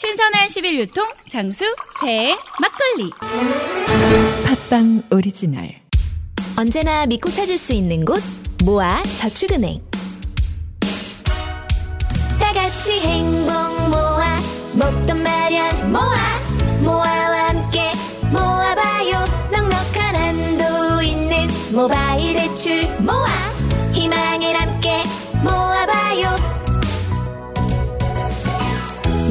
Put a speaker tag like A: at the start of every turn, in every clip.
A: 신선한 11 유통 장수 새 막걸리.
B: 팟빵 오리지널
C: 언제나 믿고 찾을 수 있는 곳 모아 저축은행 다 같이 행복 모아 먹던 마련 모아 모아와 함께 모아봐요 넉넉한 한도 있는 모바일 대출 모아 희망을 함께 모아봐요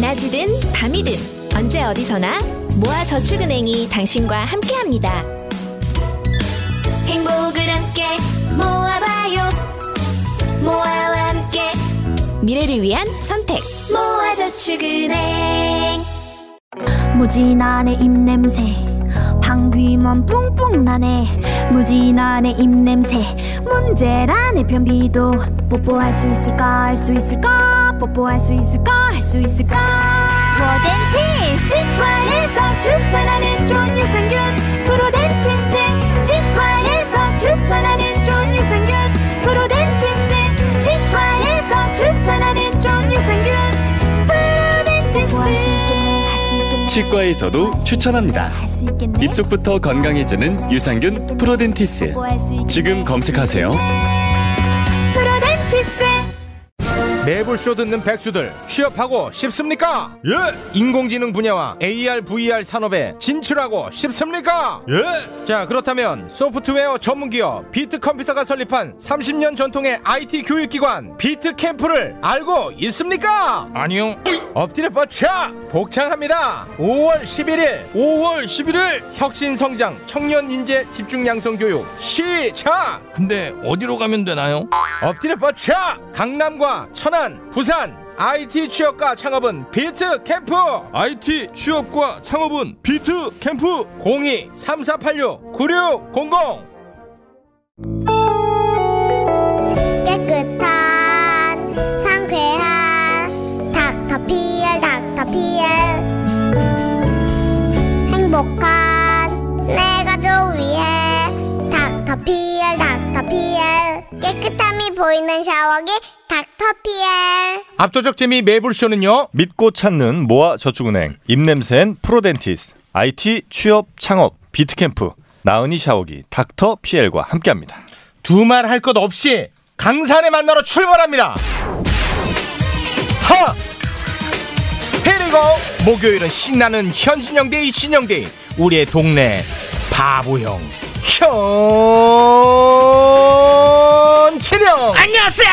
C: 낮이든 밤이든 언제 어디서나 모아 저축은행이 당신과 함께합니다. 행복을 함께 모아봐요 모아와 함께 미래를 위한 선택 모아저축은행
D: 무진한의 입냄새 방귀만 뿡뿡 나네 무진한의 입냄새 문제란의 변비도 뽀뽀할 수 있을까 할 수 있을까 뽀뽀할 수 있을까 할 수 있을까 프로덴티스 치과에서 추천하는 좋은 유산균 프로덴티스 치과에서 추천하는 좋은 유산균 프로덴티스 치과에서 추천하는 좋은 유산균 프로덴티스
E: 치과에서도 추천합니다. 입속부터 건강해지는 유산균 프로덴티스. 지금 검색하세요.
D: 프로덴티스
F: 매불쇼 듣는 백수들 취업하고 싶습니까?
G: 예!
F: 인공지능 분야와 AR, VR 산업에 진출하고 싶습니까?
G: 예!
F: 자 그렇다면 소프트웨어 전문기업 비트컴퓨터가 설립한 30년 전통의 IT 교육기관 비트캠프를 알고 있습니까? 아니요 엎드려 뻗쳐 복창합니다 5월 11일
G: 5월 11일!
F: 혁신성장 청년인재 집중양성교육 시작
G: 근데 어디로 가면 되나요?
F: 엎드려 뻗쳐 강남과 천안 부산 IT 취업과 창업은 비트캠프
G: IT 취업과 창업은 비트 캠프!
F: 02-3486-9600
H: 깨끗한 상쾌한 닥터피엘 닥터피엘 행복한 내 가족 위해 닥터피엘 닥터피엘 깨끗함이 보이는 샤워기 닥터피엘
F: 압도적 재미 매불쇼는요
G: 믿고 찾는 모아 저축은행 입냄새엔 프로덴티스 IT 취업 창업 비트캠프 나은이 샤워기 닥터 피엘과 함께합니다.
F: 두말 할 것 없이 강산에 만나러 출발합니다. 하! 그리고 목요일은 신나는 현진영 데이 신영 데이 우리의 동네 바보형 현진영 안녕하세요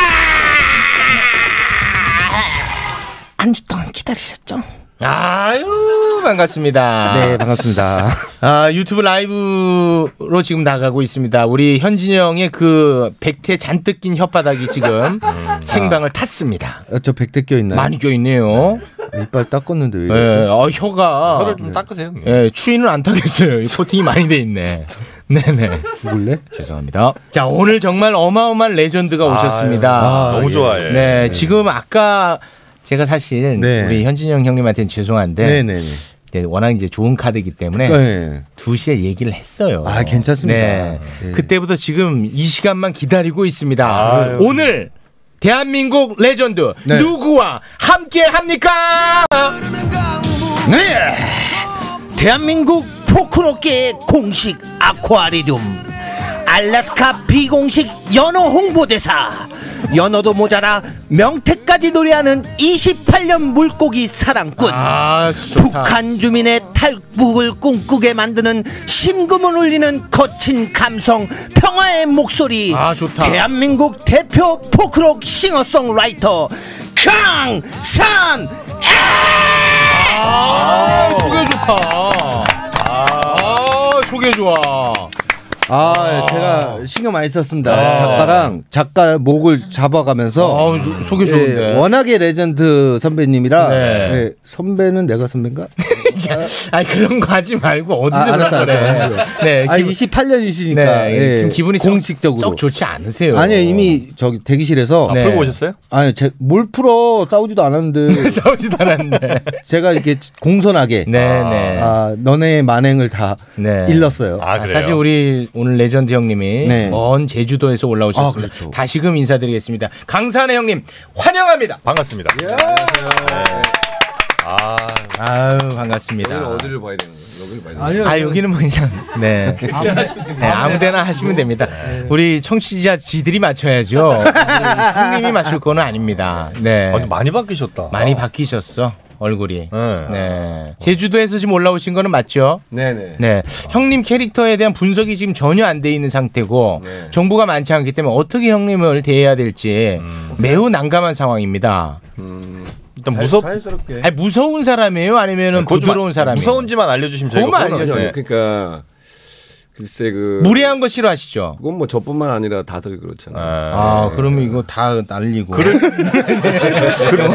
I: 한주 동안 기다리셨죠?
F: 아유 반갑습니다
I: 네, 반갑습니다.
F: 아, 유튜브 라이브로 지금 나가고 있습니다. 우리 현진이 형의 그 백태 잔뜩 낀 혓바닥이 지금 생방을 탔습니다.
I: 아, 저 백대 껴 있나요?
F: 많이 껴있네요.
I: 이빨 닦았는데 왜
F: 예,
I: 이러지?
F: 어, 혀가.
G: 좀 닦으세요. 네.
F: 예, 추위는 안 타겠어요. 이 코팅이 많이 돼 있네. 네네.
I: 죽을래?
F: 죄송합니다. 자, 오늘 정말 어마어마한 레전드가 오셨습니다.
I: 아,
G: 너무
I: 예.
G: 좋아해.
F: 네, 지금 아까 제가 사실
I: 네.
F: 우리 현진영 형님한테는 죄송한데
I: 네, 네, 네.
F: 이제 워낙 이제 좋은 카드이기 때문에
I: 네.
F: 2시에 얘기를 했어요.
I: 아, 괜찮습니다. 네.
F: 그때부터 지금 이 시간만 기다리고 있습니다.
G: 아유.
F: 오늘 대한민국 레전드
I: 네.
F: 누구와 함께 합니까?
I: 네.
J: 대한민국 포크로케의 공식 아쿠아리움 알라스카 비공식 연어 홍보대사 연어도 모자라 명태까지 노래하는 28년 물고기 사랑꾼
F: 아, 좋다.
J: 북한 주민의 탈북을 꿈꾸게 만드는 심금을 울리는 거친 감성 평화의 목소리
F: 아, 좋다.
J: 대한민국 대표 포크록 싱어송라이터 강산
F: 아, 소개 좋다. 아, 소개 좋아.
I: 아, 제가 신경 많이 썼습니다. 작가랑 작가 목을 네. 잡아가면서
F: 아, 소개
I: 예,
F: 좋은데.
I: 워낙에 레전드 선배님이라
F: 네.
I: 예, 선배는 내가 선배인가?
F: 아니, 그런 거 하지 말고
I: 아,
F: 어디서
I: 알았어,
F: 그런
I: 알았어.
F: 거래. 네,
I: 아,
F: 기분-
I: 28년이시니까 예,
F: 네, 지금 기분이 썩-
I: 공식적으로
F: 썩 좋지 않으세요.
I: 아니요 이미 저기 대기실에서
F: 네.
G: 풀고 오셨어요?
I: 아니 제뭘 풀어 싸우지도 않았는데
F: 싸우지도 않았네.
I: 제가 이렇게 공손하게
F: 네, 네.
I: 아, 너네의 만행을 다
F: 네.
I: 일렀어요.
G: 아,
F: 아,
G: 그래요?
F: 사실 우리 오늘 레전드 형님이
I: 네.
F: 먼 제주도에서 올라오셨습니다.
I: 아, 그렇죠.
F: 다시금 인사드리겠습니다. 강산의 형님 환영합니다.
G: 반갑습니다. 네. 아,
F: 아유 반갑습니다.
K: 여기는 어디를 봐야 되는 거예요? 여기를 봐야 되는
F: 아니요.
K: 거예요?
F: 아 여기는 뭐 그냥 네, 네 아무데나 하시면 됩니다. 우리 청취자 지들이 맞춰야죠. 형님이 맞출 거는 아닙니다. 네.
G: 많이 바뀌셨다.
F: 많이 바뀌셨어 얼굴이. 네. 제주도에서 지금 올라오신 거는 맞죠?
K: 네네.
F: 네. 형님 캐릭터에 대한 분석이 지금 전혀 안 돼 있는 상태고
K: 네.
F: 정보가 많지 않기 때문에 어떻게 형님을 대해야 될지
K: 음.
F: 매우 난감한 상황입니다.
G: 일단
K: 자유- 무섭- 자연스럽게.
F: 아니 무서운 사람이에요?
I: 네,
F: 아니면은
K: 그거 좀 아-
F: 부드러운 사람이에요?
K: 무서운지만
G: 알려주시면 네.
F: 그거만 알려줘요.
K: 아니요. 그러니까 글쎄 그
F: 무례한 거 싫어하시죠?
K: 그건 뭐 저뿐만 아니라 다들 그렇잖아요.
I: 네.
F: 아, 그러면 이거 다 날리고.
K: 그럴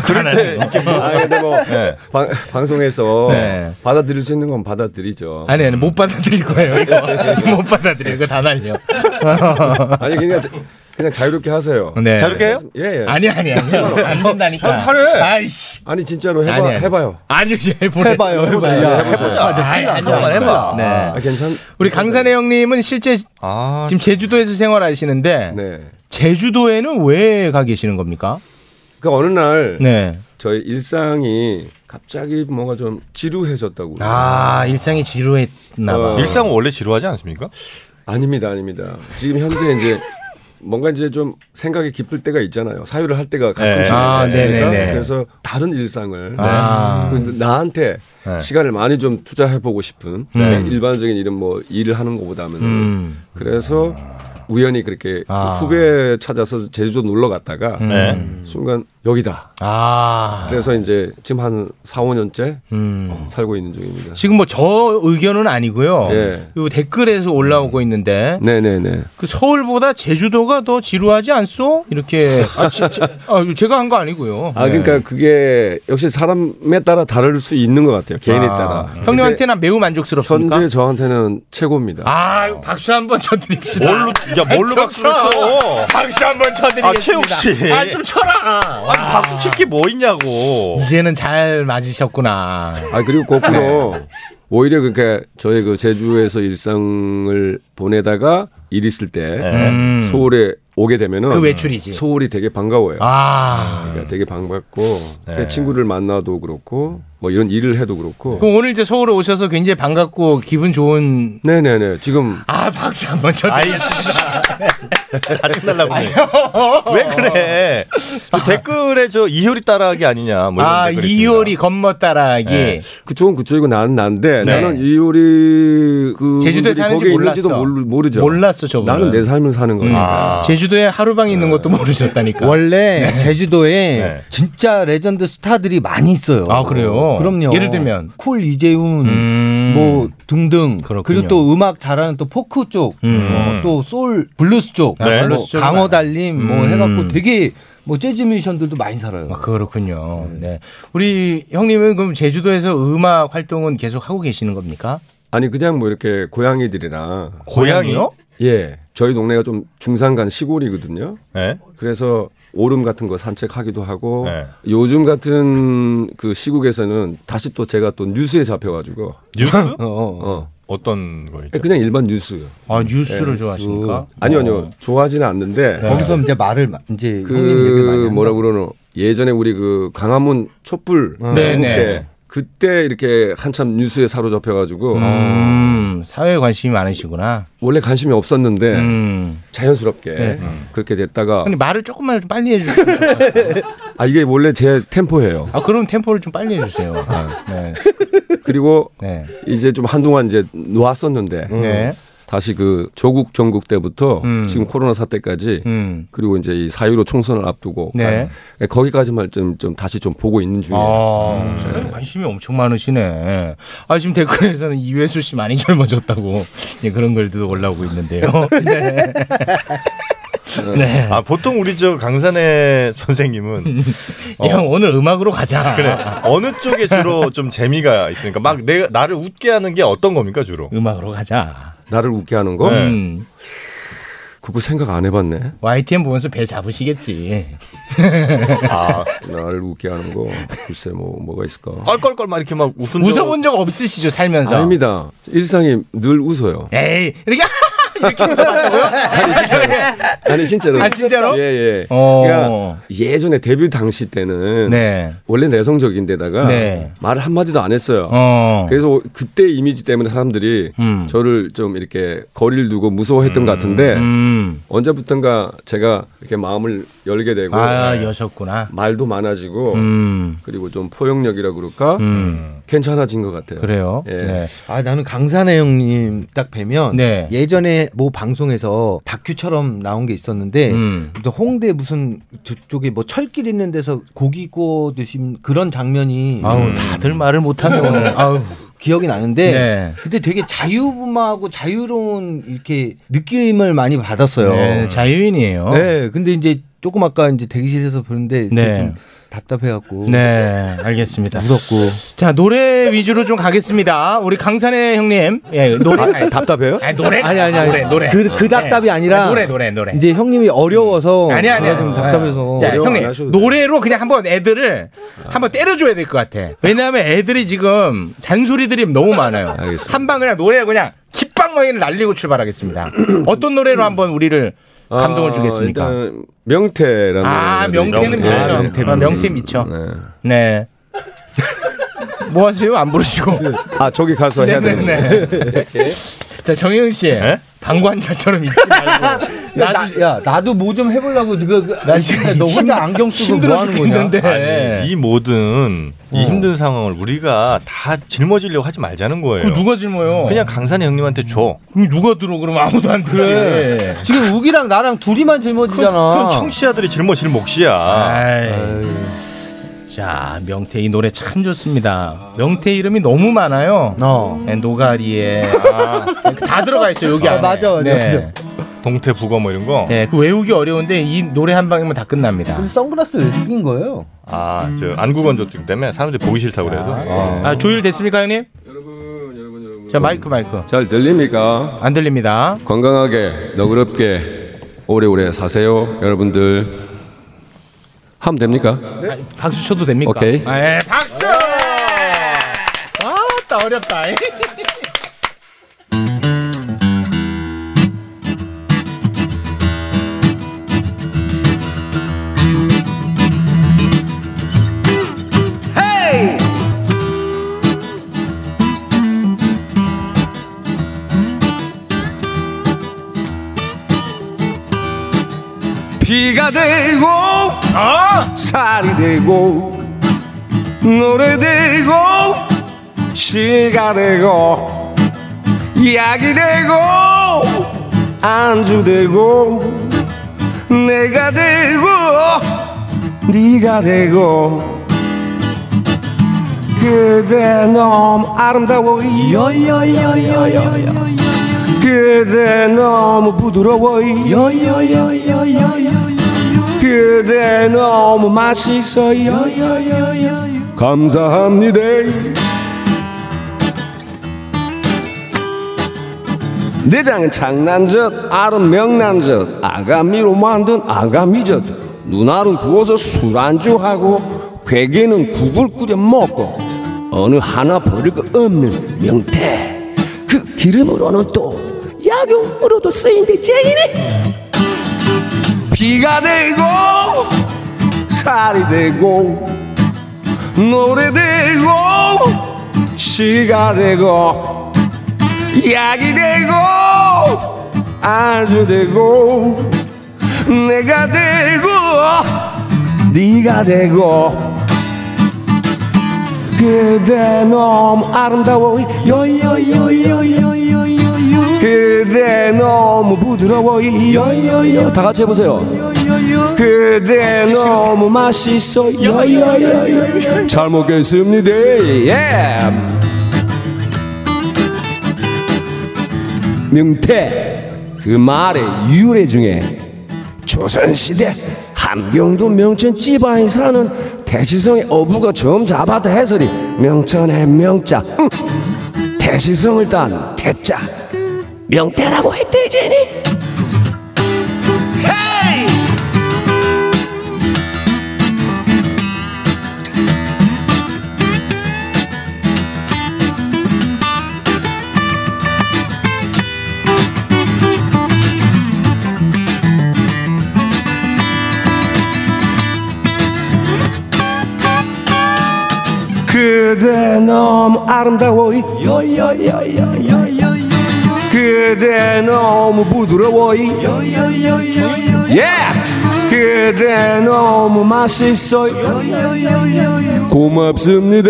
K: 그럴 때 이렇게 아 근데 뭐
G: 네.
K: 방, 방송에서
F: 네.
K: 받아들일 수 있는 건 받아들이죠.
F: 아니 아니 못 받아들일 거예요 이거 못 받아들일 이거 다 날려.
K: 아니 그냥 자- 그냥 자유롭게 하세요.
F: 네. 자유롭게 해요?
K: 예, 예.
F: 아니, 아니, 아니요. 안 된다니까.
K: 형, 하래.
F: 아이씨.
K: 아니 진짜로 해봐
F: 아니, 아니.
K: 해봐요.
F: 아니 해보래.
K: 해봐요, 해봐요. 야, 해보자.
F: 아니 아니
K: 한번 해봐.
F: 네.
K: 아, 괜찮.
F: 우리 강산의 형님은 실제
G: 아,
F: 지금 제주도에서 생활하시는데
K: 네.
F: 제주도에는 왜 가 계시는 겁니까?
K: 그 어느 날
F: 네.
K: 저희 일상이 갑자기 뭔가 좀 지루해졌다고.
F: 아 일상이 지루했나
K: 어,
F: 봐.
G: 일상은 원래 지루하지 않습니까?
K: 네, 아닙니다, 아닙니다. 지금 현재 이제 뭔가 이제 좀 생각이 깊을 때가 있잖아요. 사유를 할 때가 가끔씩 있지
F: 아,
K: 않습니까?
F: 네네네.
K: 그래서 다른 일상을
F: 아.
K: 그 나한테
F: 네.
K: 시간을 많이 좀 투자해 보고 싶은
F: 음.
K: 그냥 일반적인 이런 뭐 일을 하는 것보다는
F: 음.
K: 그래서 우연히 그렇게
F: 아.
K: 그 후배 찾아서 제주도 놀러 갔다가
F: 네.
K: 순간 여기다.
F: 아.
K: 그래서 이제 지금 한 4, 5년째 어,
F: 음.
K: 살고 있는 중입니다.
F: 지금 뭐 저 의견은 아니고요.
K: 예.
F: 요 댓글에서 올라오고 있는데
K: 네네네.
F: 그 서울보다 제주도가 더 지루하지 않소? 이렇게 아, 지- 지- 아, 제가 한 거 아니고요. 예.
K: 아 그러니까 그게 역시 사람에 따라 다를 수 있는 것 같아요. 개인에
F: 아,
K: 따라.
F: 형님한테는 매우 만족스럽습니까?
K: 현재 저한테는 최고입니다.
F: 아 박수 한번 쳐드립시다.
K: 뭘로- 야, 뭘로
F: 저,
K: 박수를
F: 저.
K: 쳐?
F: 박수 한번 쳐드리겠습니다.
G: 아, 최욱 씨.
F: 아좀 쳐라. 아니
G: 박수 칠게 뭐 있냐고.
F: 이제는 잘 맞으셨구나.
K: 아 그리고 거꾸로
F: 네.
K: 오히려 그러니까 저의 그 제주에서 일상을 보내다가 일 있을 때
F: 네.
K: 서울에 오게 되면은
F: 그 외출이지.
K: 서울이 되게 반가워요.
F: 아.
K: 그러니까 되게 반갑고
F: 네.
K: 그 친구를 만나도 그렇고 뭐 이런 일을 해도 그렇고.
F: 그럼 오늘 이제 서울에 오셔서 굉장히 반갑고 기분 좋은.
K: 네네네 지금
F: 아 박수 한번 쳐드리겠습니다.
G: 짜증날라고. 왜 그래? 저 댓글에 저 이효리 따라하기 아니냐. 뭐 이런
F: 아
G: 댓글이
F: 이효리 건머 따라하기.
G: 네.
K: 그쪽은 그쪽이고 나는 난데
F: 네.
K: 나는 이효리 그
F: 제주도에 사는지
K: 거기에 있는지도
F: 몰랐어.
K: 모르, 모르죠.
F: 몰랐어, 저분은.
K: 나는 내 삶을 사는
F: 음.
K: 거니까.
F: 제주도에 하루방 있는 것도 모르셨다니까.
I: 원래
F: 네.
I: 제주도에 진짜 레전드 스타들이 많이 있어요.
F: 아, 그래요?
I: 그럼요.
F: 예를 들면? 음.
I: 쿨 이재훈 뭐 등등 그리고또 음악 잘하는 또 포크 쪽,
F: 음.
I: 어, 또솔 블루스 쪽,
F: 아,
I: 뭐
F: 블루스 쪽이
I: 강어 달림 뭐
F: 음.
I: 해갖고 되게 뭐 재즈 뮤지션들도 많이 살아요.
F: 아, 그렇군요. 네. 우리 형님은 그럼 제주도에서 음악 활동은 계속 하고 계시는 겁니까?
K: 아니 그냥 뭐 이렇게 고양이들이랑
F: 고양이요?
K: 예, 저희 동네가 좀 중산간 시골이거든요.
G: 예?
K: 그래서 오름 같은 거 산책하기도 하고
F: 네.
K: 요즘 같은 그 시국에서는 다시 또 제가 또 뉴스에 잡혀가지고
G: 뉴스?
K: 어.
G: 어떤 거예요?
K: 그냥 일반 뉴스요.
F: 아 뉴스를 좋아하십니까?
K: 아니요,
F: 어.
K: 아니요, 좋아하지는 않는데
I: 네. 거기서 이제 말을 마- 이제 형님 얘기를 많이
K: 그
I: 한다.
K: 뭐라 그러노 예전에 우리 그 강화문 촛불
I: 어.
K: 때
F: 네네.
K: 그때 이렇게 한참 뉴스에 사로잡혀가지고
F: 음, 사회에 관심이 많으시구나.
K: 원래 관심이 없었는데 자연스럽게
F: 음. 네.
K: 그렇게 됐다가
F: 근데 말을 조금만 좀 빨리 해주세요.
K: 아 이게 원래 제 템포예요.
F: 아 그럼 템포를 좀 빨리 해주세요. 네.
K: 그리고
F: 네.
K: 이제 좀 한동안 이제 놓았었는데
F: 네.
K: 다시 그 조국 전국 때부터
F: 음.
K: 지금 코로나 사태까지
F: 음.
K: 그리고 이제 이 사유로 총선을 앞두고
F: 네.
K: 아, 거기까지만 좀, 좀 다시 좀 보고 있는 중이에요.
F: 아, 사회에 관심이 엄청 많으시네. 아, 지금 댓글에서는 이회수 씨 많이 젊어졌다고 예, 그런 글도 올라오고 있는데요. 네. 네.
G: 아 보통 우리 저 강산의 선생님은
F: 형, 오늘 음악으로 가자.
G: 어. 그래 어느 쪽에 주로 좀 재미가 있으니까 막 내가 나를 웃게 하는 게 어떤 겁니까 주로?
F: 음악으로 가자.
K: 나를 웃게 하는 거?
G: 네.
K: 그거 생각 안 해봤네.
F: YTN 보면서 배 잡으시겠지.
K: 아, 나를 웃게 하는 거 글쎄 뭐 뭐가 있을까?
F: 어,
G: 껄껄껄 막 이렇게 막 웃은
F: 웃어본 적 없으시죠, 살면서?
K: 아닙니다. 일상이 늘 웃어요.
F: 에이, 이렇게 이렇게 웃어봤다고요? 아니,
L: 진짜로. 아니 진짜로.
F: 아, 진짜로?
L: 예 예.
F: 어.
L: 그러니까 예전에 데뷔 당시 때는
F: 네.
L: 원래 내성적인데다가
F: 네.
L: 말을 한 마디도 안 했어요.
F: 어. 음.
L: 그래서 그때 이미지 때문에 사람들이 저를 좀 이렇게 거리를 두고 무서워했던 것 같은데
F: 음.
L: 언제부턴가 제가 이렇게 마음을 열게
I: 그-
L: 되고
I: 네.
F: 아, 여셨구나.
L: 말도 많아지고
I: 뭐.
F: 음.
L: 그리고 좀 포용력이라 그럴까
F: 음.
L: 괜찮아진 것
I: 네.
L: 같아요.
F: 그래요.
L: 예.
I: 아 나는 강산해 형님 딱 뵈면
F: 네.
I: 예전에 뭐 방송에서 다큐처럼 나온 게 있었는데
F: 음.
I: 또 홍대 무슨 저쪽에 뭐 철길 있는 데서 고기 구워 드신 그런 장면이
K: 음.
F: 아우, 다들 말을 못하네, 오늘. 아우.
I: 기억이 나는데
F: 네.
I: 그때 되게 자유분방하고 자유로운 이렇게 느낌을 많이 받았어요.
F: 네, 자유인이에요.
I: 네, 근데 이제 조금 아까 이제 대기실에서 보는데
F: 네.
I: 좀 답답해갖고
F: 네, 알겠습니다.
I: 무섭고
F: 자 노래 위주로 좀 가겠습니다. 우리 강산의 형님, 예 노래
I: 아, 아니,
L: 답답해요?
F: 아니 노래
I: 아니 아니 아니
F: 네. 노래 노래
I: 그, 그 답답이
F: 네.
I: 아니라
F: 노래 노래 노래
I: 이제 형님이 어려워서
F: 아니 아니
I: 제가 좀 답답해서
F: 야, 형님 노래로 그냥 한번 애들을 한번 때려줘야 될 것 같아. 왜냐하면 애들이 지금 잔소리들이 너무 많아요. 한방 그냥 노래 그냥 깃방망이를 날리고 출발하겠습니다. 어떤 노래로 한번 우리를 감동을
L: 아,
F: 주겠습니까?
L: 일단 명태라는
K: 네,
L: 노래가
F: 아, 명태는
L: 있는데.
F: 미쳐. 아, 명태 미쳐. 네. 뭐 하세요? 안 부르시고.
L: 아, 저기 가서 해야
F: 네, 되는데. 자, 정영 씨. 방관자처럼 있지 말고.
I: 야, 나, 야 나도 뭐 좀 해보려고 그거 그- 나 진짜 너 혼자 안경 쓰고 뭐 하는 거냐?
F: 네.
G: 아니, 이 모든 이
I: 어.
G: 힘든 상황을 우리가 다 짊어지려고 하지 말자는 거예요.
F: 그럼 누가 짊어요?
G: 그냥 강산이 형님한테 줘.
F: 그럼 누가 들어? 그럼 아무도 안 들지.
I: 그래. 지금 우기랑 나랑 둘이만
G: 그건,
I: 짊어지잖아.
G: 그건 청취자들이 짊어질 몫이야.
F: 아. 네. 자, 명태 이 노래 참 좋습니다. 명태 이름이 너무 많아요.
I: 어.
F: 네, 노가리에 아, 다 들어가 있어요. 여기
G: 아,
F: 안에.
G: 맞아, 맞아, 맞아. 동태 북어 뭐 이런 거.
F: 네, 그 외우기 어려운데 이 노래 한 방이면 다 끝납니다.
I: 선글라스 왜 쓰긴 거예요?
G: 아, 저 안구건조증 때문에 사람들이 보기 싫다고 그래서. 어.
F: 아, 조율 됐습니까, 형님? 자, 마이크 마이크.
L: 잘 들립니까?
F: 안 들립니다.
L: 건강하게 너그럽게 오래오래 사세요, 여러분들. 하면 됩니까?
F: 그러니까. 박수 쳐도 됩니까?
L: 오케이.
F: 아, 예, 박수! 아, 따 어렵다.
K: 헤이! 비가 되고 살이 되고 노래 되고 시가 되고 약이 되고 안주 되고 내가 되고 네가 되고 그대 너무 아름다워요 그대 너무 부드러워요 그대 너무 맛있어요 감사합니다 내장은 장난젓 알은 명란젓 아가미로 만든 아가미젓 누나는 구워서 술안주하고 괴기는 국을 끓여 먹고 어느 하나 버릴 거 없는 명태 그 기름으로는 또 약용으로도 쓰인대 쟁이네 비가 되고 살이 되고 노래 되고 시가 되고 약이 되고 아주 되고 내가 되고 네가 되고 그대 너무 아름다워 요요요요요요요 그대 너무 부드러워 요요요 다 같이 해보세요 그대 너무 맛있어 요요요요 잘 먹겠습니다 예 명태 그 말의 유래 중에 조선시대 함경도 명천 찌바에 사는 대시성의 어부가 처음 잡았다 해설이 명천의 명자 응. 대시성을 딴 대자 명태라고 했대지니 헤이
M: 그대 너무 아름다워이 요요요요요요 그대 너무 부드러워이 요요요요요 예 그대 너무 맛있어이 요요요요요 고맙습니다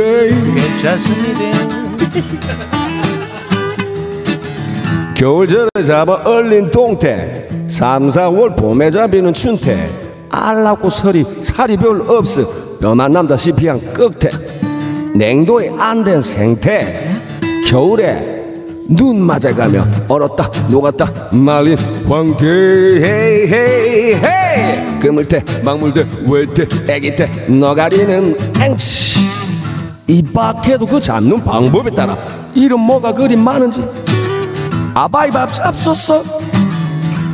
M: 겨울철에 잡아 얼린 동태 삼사월 봄에 잡히는 춘태 알라고 서리 살이 별로 없어 뼈만 남다시피 한 끝에 냉동이 안 된 생태 겨울에 눈 맞아가며 얼었다 녹았다 말린 황태 헤이 헤이 헤이 그물대 막물대 외대 애기대 너가리는 앵치 이 밖에도 그 잡는 방법에 따라 이름 뭐가 그리 많은지 아바이밥 잡수어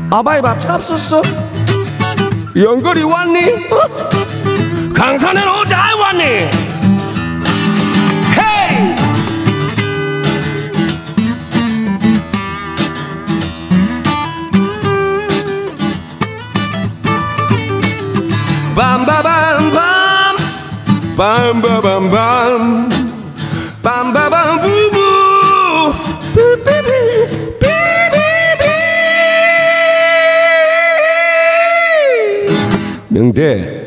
M: 아바이밥 잡수어 연거리 왔니? 어? 강산에 오자 왔니? 헤이! 빰바밤밤 빰바밤밤 빰바밤 부부 삐삐삐 삐삐삐 명대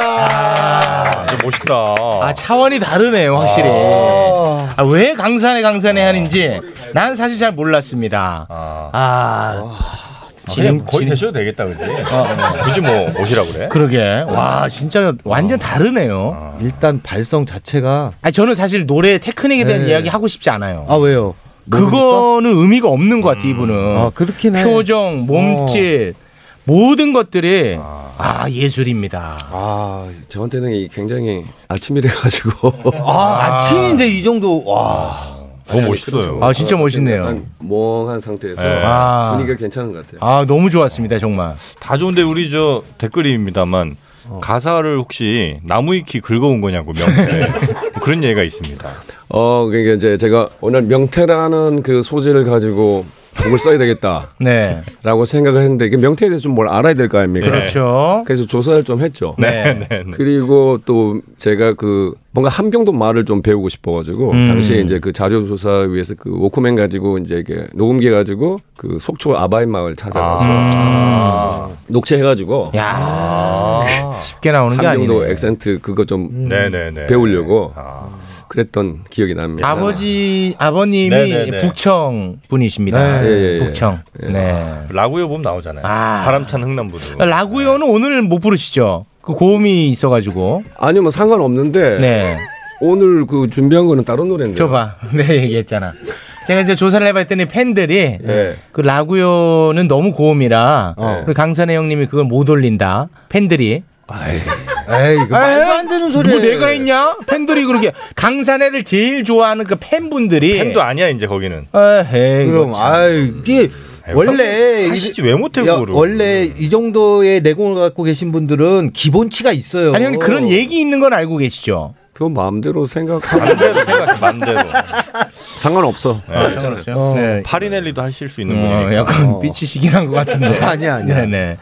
G: 아, 멋있다.
F: 아 차원이 다르네요 확실히. 아, 왜 강산에 강산에 하는지 난 사실 잘 몰랐습니다. 아,
G: 그냥 거의 되셔도 되겠다 그지? 굳이 뭐 오시라고 그래?
F: 어. 그러게. 와 진짜 완전
I: 아.
F: 다르네요.
I: 일단 발성 자체가
F: 아 저는 사실 노래 테크닉에 대한
I: 네.
F: 이야기 하고 싶지 않아요.
I: 아 왜요?
F: 그거는 의미가 없는 것 같아 이분은.
I: 아, 그렇긴 해.
F: 표정, 몸짓 모든 것들이 아, 예술입니다.
K: 아 저한테는 이 굉장히 아침이라 가지고
I: 아, 아침인데 이 정도 와.
G: 너무 뭐 멋있어요.
F: 아 진짜 멋있네요.
K: 약간 멍한 상태에서
G: 네.
F: 아.
K: 분위기가 괜찮은 것 같아요.
F: 아 너무 좋았습니다 정말.
G: 다 좋은데 우리 저 댓글입니다만 가사를 혹시 나무위키 긁어온 거냐고 명태 그런 얘기가 있습니다.
K: 어, 그러니까 이제 제가 오늘 명태라는 그 소재를 가지고 곡을 써야 되겠다.
F: 네.
K: 라고 생각을 했는데 이게 명태에 대해서 좀 뭘 알아야 될 거 아닙니까?
F: 그렇죠.
K: 그래서 조사를 좀 했죠.
G: 네, 네, 네.
K: 그리고 또 제가 그 뭔가 함경도 말을 좀 배우고 싶어가지고
G: 음.
K: 당시에 이제 그 자료 조사 위해서 그 워크맨 가지고 이제 이게 녹음기 가지고 그 속초 아바이 마을 찾아가서 음.
F: 음.
K: 녹취해가지고
G: 아.
F: 쉽게 나오는 게
K: 함경도
F: 아니네. 음.
K: 액센트 그거 좀
G: 네, 네, 아. 네.
K: 배우려고 그랬던 기억이 납니다.
F: 아버지 아버님이
G: 예. 네네네.
F: 북청 분이십니다.
G: 네. 예, 아, 예, 예.
F: 북청. 네.
G: 라구요 보면 나오잖아요. 바람찬 흥남부도. 아,
F: 라구요는 오늘 못 부르시죠? 그 고음이 있어가지고.
K: 아니요, 뭐
G: 예.
K: 상관없는데.
F: 네.
K: 오늘 그 준비한 거는 다른 노래인데.
F: 줘봐. 네 얘기했잖아. 제가 이제 조사를 해봤더니 팬들이
G: 예.
F: 그 라구요는 너무 고음이라
G: 어.
F: 우리 강산의 형님이 그걸 못 올린다. 팬들이.
I: 에이, 그 말도 안 되는 소리.
F: 뭐 내가 있냐? 팬들이 그렇게 강산애를 제일 좋아하는 그 팬분들이.
G: 팬도 아니야 이제 거기는.
F: 에이, 뭐
I: 그럼 아 이게 원래 이-
G: 하시지 왜 못해
I: 야,
G: 그거를.
I: 원래 이 정도의 내공을 갖고 계신 분들은 기본치가 있어요.
F: 아니 형님 그런 얘기 있는 건 알고 계시죠?
K: 그건 마음대로 생각하고
G: 마음대로.
K: 상관없어.
F: 상관없어요. 네.
G: 파리넬리도 하실 수 있는
F: 어,
G: 분이니까.
F: 약간 삐치시긴 한 것 같은데.
G: 아니야, 아니야. 어.
F: 네네.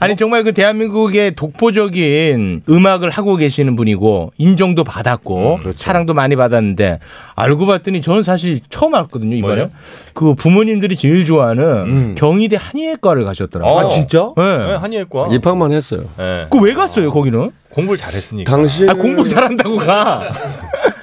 F: 아니 정말 그 대한민국의 독보적인 음악을 하고 계시는 분이고 인정도 받았고
G: 음, 그렇죠.
F: 사랑도 많이 받았는데 알고 봤더니 저는 사실 처음 알았거든요 이번에.
G: 뭐요? 음.
F: 그 부모님들이 제일 좋아하는 경희대 한의학과를 가셨더라고요.
I: 어.
G: 아, 진짜?
F: 네.
G: 네, 한의학과. 네.
K: 입학만 했어요.
F: 그왜 갔어요 거기는?
G: 공부를 잘했으니까.
K: 당시
F: 아, 공부
G: 그
F: 잘한다고 가.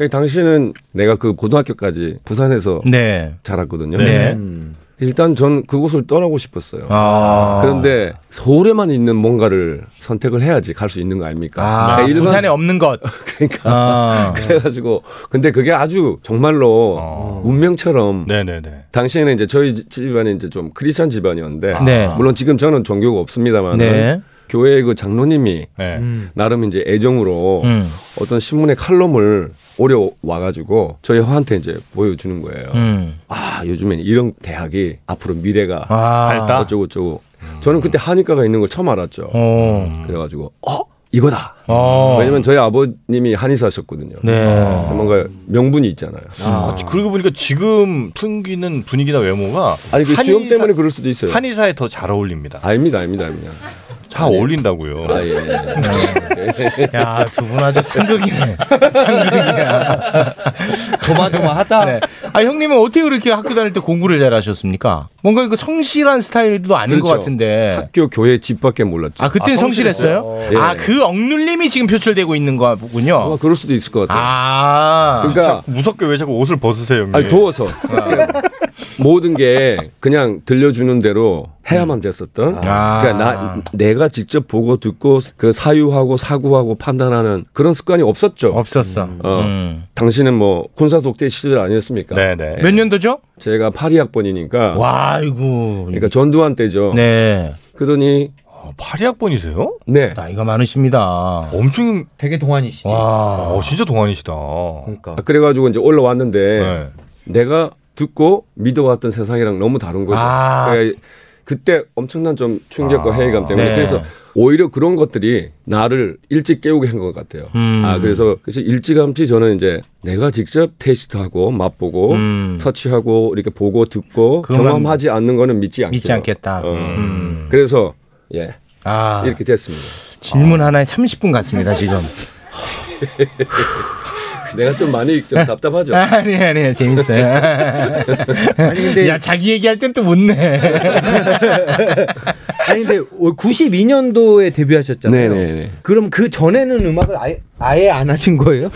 K: 당시에는 내가 그 고등학교까지 부산에서
F: 네.
K: 자랐거든요.
F: 네.
K: 음. 일단 전 그곳을 떠나고 싶었어요.
F: 아.
K: 그런데 서울에만 있는 뭔가를 선택을 해야지 갈 수 있는 거 아닙니까?
F: 아,
K: 그러니까 일반-
F: 부산에 없는 것.
K: 그러니까
F: 아.
K: 그래가지고 근데 그게 아주 정말로
F: 어.
K: 운명처럼
F: 네.
K: 당시에는 이제 저희 지- 집안이 이제 좀 크리스천 집안이었는데
F: 네.
K: 물론 지금 저는 종교가 없습니다만
F: 네.
K: 교회의 그 장로님이
G: 음.
K: 나름 이제 애정으로
G: 음.
K: 어떤 신문의 칼럼을 오려 와가지고 저희 화한테 이제 보여주는 거예요.
G: 음.
K: 아 요즘엔 이런 대학이 앞으로 미래가
G: 아. 밝다?
K: 어쩌고 저쩌고 저는 그때 한의과가 있는 걸 처음 알았죠.
F: 어.
K: 그래가지고 어 이거다.
G: 어.
K: 왜냐면 저희 아버님이 한의사셨거든요.
G: 네.
K: 어, 뭔가 명분이 있잖아요.
G: 아, 그러고 보니까 지금 풍기는 분위기나 외모가
K: 아니 그 수염 그 때문에 그럴 수도 있어요.
G: 한의사에 더 잘 어울립니다.
K: 아닙니다, 아, 예. 아닙니다, 아닙니다.
G: 다 어울린다고요.
F: 야, 두 분 아주 상극이네.
I: 조마조마하다.
F: 아 형님은 어떻게 그렇게 학교 다닐 때 공부를 잘하셨습니까? 뭔가 이거 성실한 스타일도 아닌 것
K: 그렇죠.
F: 같은데.
K: 학교 교회 집밖에 몰랐죠.
F: 아 그때 성실했어요?
K: 예.
F: 아 그 억눌림이 지금 표출되고 있는 거군요.
K: 그럴 수도 있을 것 같아요.
F: 아
K: 어,
F: 네.
K: 그러니까
G: 무섭게 왜 자꾸 옷을 벗으세요? 형님?
K: 아니 더워서 모든 게 그냥 들려주는 대로 해야만 됐었던.
F: 아.
K: 그러니까 나 내가 직접 보고 듣고 그 사유하고 사고하고 판단하는 그런 습관이 없었죠.
F: 없었어. 음. 네.
K: 어. 당신은 뭐 군사 독재 시절 아니었습니까? 네네.
F: 몇 년도죠?
K: 제가 82학번이니까.
F: 와, 아이고.
K: 그러니까 전두환 때죠.
F: 네.
K: 그러니
G: 82학번이세요?
K: 네.
F: 나이가 많으십니다.
G: 아, 엄청
I: 되게 동안이시지.
G: 와, 진짜 동안이시다. 네. 그러니까.
K: 아, 그래가지고 이제
F: 네.
K: 올라왔는데 내가 듣고 믿어왔던 세상이랑 너무 다른 거죠.
F: 아.
K: 그러니까 그때 엄청난 좀 충격과 회의감 때문에
F: 네.
K: 그래서 오히려 그런 것들이 나를 일찍 깨우게 한 것 같아요.
F: 음.
K: 아 그래서 그래서 일찌감치 저는 이제 내가 직접 테스트하고 맛보고
F: 음.
K: 터치하고 이렇게 보고 듣고
F: 그건
K: 경험하지 않는 거는 믿지 않겠다.
F: 믿지 않겠다.
K: 어.
F: 음.
K: 그래서 예
F: 아.
K: 이렇게 됐습니다.
F: 질문 하나에 30분 갔습니다, 지금.
K: 내가 좀 많이 좀 답답하죠.
F: 아니, 아니, 재밌어요.
K: 아니, 근데-
F: 야, 자기 얘기할 땐 또 못내.
I: 아니 근데 올 92년도에 데뷔하셨잖아요.
K: 네네네.
I: 그럼 그 전에는 음악을 아예 아예 안 하신 거예요?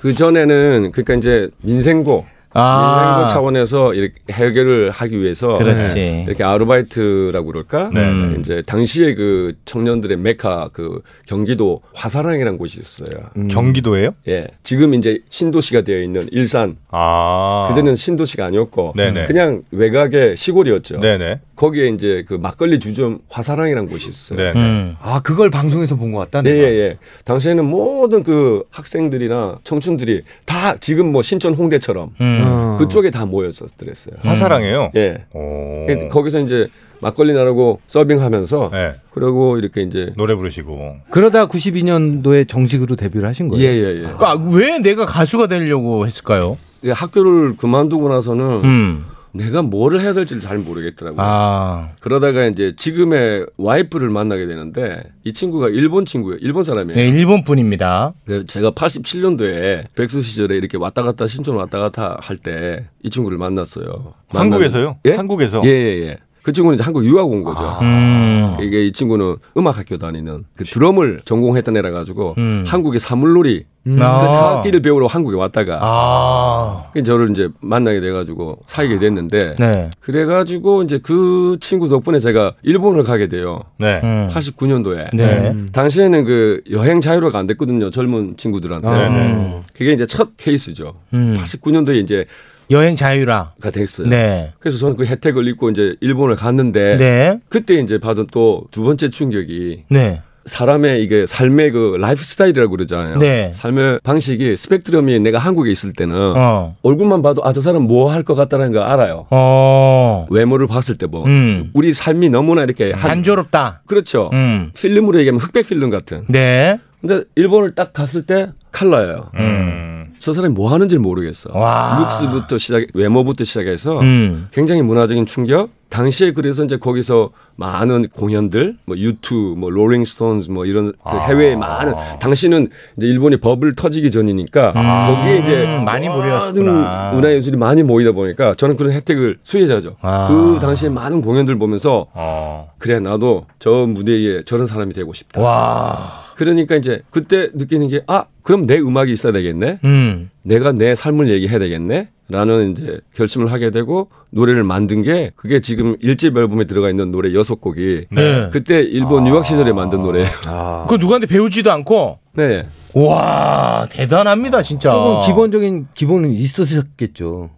K: 그 전에는 그러니까 이제 민생고
F: 아.
K: 민생고 차원에서 이렇게 해결을 하기 위해서 네.
F: 그렇지.
K: 이렇게 아르바이트라고 그럴까?
F: 네.
K: 이제 당시에 그 청년들의 메카 그 경기도 화사랑이라는 곳이 있어요.
G: 경기도예요?
K: 예. 지금 이제 신도시가 되어 있는 일산.
G: 아.
K: 그전에는 신도시가 아니었고
G: 네네.
K: 그냥 외곽의 시골이었죠.
G: 네네.
K: 거기에 이제 그 막걸리 주점 화사랑이라는 곳이 있어요.
G: 네.
F: 음.
I: 아 그걸 방송에서 본 것 같다.
K: 네,
I: 내가.
K: 예, 예. 당시에는 모든 그 학생들이나 청춘들이 다 지금 뭐 신촌 홍대처럼
G: 음.
K: 그쪽에 다 모였었더랬어요.
G: 화사랑이에요?
K: 예.
G: 오.
I: 어.
K: 그- 거기서 이제 막걸리 나르고 서빙하면서
I: 예.
K: 그리고 이렇게 이제
G: 네. 노래 부르시고
I: 그러다 92년도에 정식으로 데뷔를 하신 거예요. 아.
K: 예예예.
F: 그, 아,
K: 예,
F: 왜 내가 가수가 되려고 했을까요?
K: 학교를 그만두고 나서는
F: 음.
K: 내가 뭐를 해야 될지를 잘 모르겠더라고요.
F: 아.
K: 그러다가 이제 지금의 와이프를 만나게 되는데 이 친구가 일본 친구예요. 일본 사람이에요.
F: 네, 일본 분입니다.
K: 그 제가 87년도에 백수 시절에 이렇게 왔다 갔다 신촌 왔다 갔다 할 때 이 친구를 만났어요.
G: 한국에서요?
K: 예?
G: 한국에서? 아.
K: 예예예. 그 친구는 이제 한국 유학 온 거죠.
F: 음.
K: 이게 이 친구는 음악 학교 다니는 그 드럼을 전공했던 애라 가지고
F: 음.
K: 한국의 사물놀이
F: 음.
K: 그
F: 아.
K: 타악기를 배우러 한국에 왔다가
F: 아.
K: 그 저를 이제 만나게 돼 가지고 사귀게 됐는데
F: 네.
K: 그래 가지고 이제 그 친구 덕분에 제가 일본을 가게 돼요.
G: 네.
F: 음.
K: 89년도에.
F: 네.
K: 당시에는 그 여행 자유로가 안 됐거든요. 젊은 친구들한테.
F: 아, 네네.
K: 그게 이제 첫 케이스죠.
F: 음.
K: 89년도에 이제
F: 여행 자유라.
K: 가 됐어요.
F: 네.
K: 그래서 저는 그 혜택을 입고 이제 일본을 갔는데
F: 네.
K: 그때 이제 받은 또 두 번째 충격이
F: 네.
K: 사람의 이게 삶의 그 라이프 스타일이라고 그러잖아요.
F: 네.
K: 삶의 방식이 스펙트럼이 내가 한국에 있을 때는
F: 어.
K: 얼굴만 봐도 아 저 사람 뭐 할 것 같다는 거 알아요.
F: 어.
K: 외모를 봤을 때 뭐
F: 음.
K: 우리 삶이 너무나 이렇게 한,
F: 단조롭다.
K: 그렇죠.
F: 음.
K: 필름으로 얘기하면 흑백 필름 같은.
F: 네.
K: 근데 일본을 딱 갔을 때 칼라예요.
G: 음.
K: 저 사람이 뭐 하는지 모르겠어.
F: 와.
K: 룩스부터 시작, 외모부터 시작해서
F: 음.
K: 굉장히 문화적인 충격. 당시에 그래서 이제 거기서 많은 공연들, 뭐 유튜브, 뭐 롤링스톤즈, 뭐 이런 그
F: 아.
K: 해외에 많은 당시는 이제 일본이 버블 터지기 전이니까 거기에 이제
F: 음. 많이
K: 모든
F: 몰려왔구나.
K: 문화 예술이 많이 모이다 보니까 저는 그런 혜택을 수혜자죠.
F: 아.
K: 그 당시에 많은 공연들 보면서
G: 어.
K: 그래 나도 저 무대에 저런 사람이 되고 싶다.
F: 와.
K: 그러니까 이제 그때 느끼는 게 아 그럼 내 음악이 있어야 되겠네.
F: 음.
K: 내가 내 삶을 얘기해야 되겠네. 라는 이제 결심을 하게 되고 노래를 만든 게 그게 지금 일집 앨범에 들어가 있는 노래 여섯 곡이
F: 네.
K: 그때 일본 유학 시절에 만든 노래예요.
G: 아.
F: 그거 누구한테 배우지도 않고
K: 네.
F: 와, 대단합니다, 진짜.
I: 조금 기본적인 기본은 있으셨겠죠.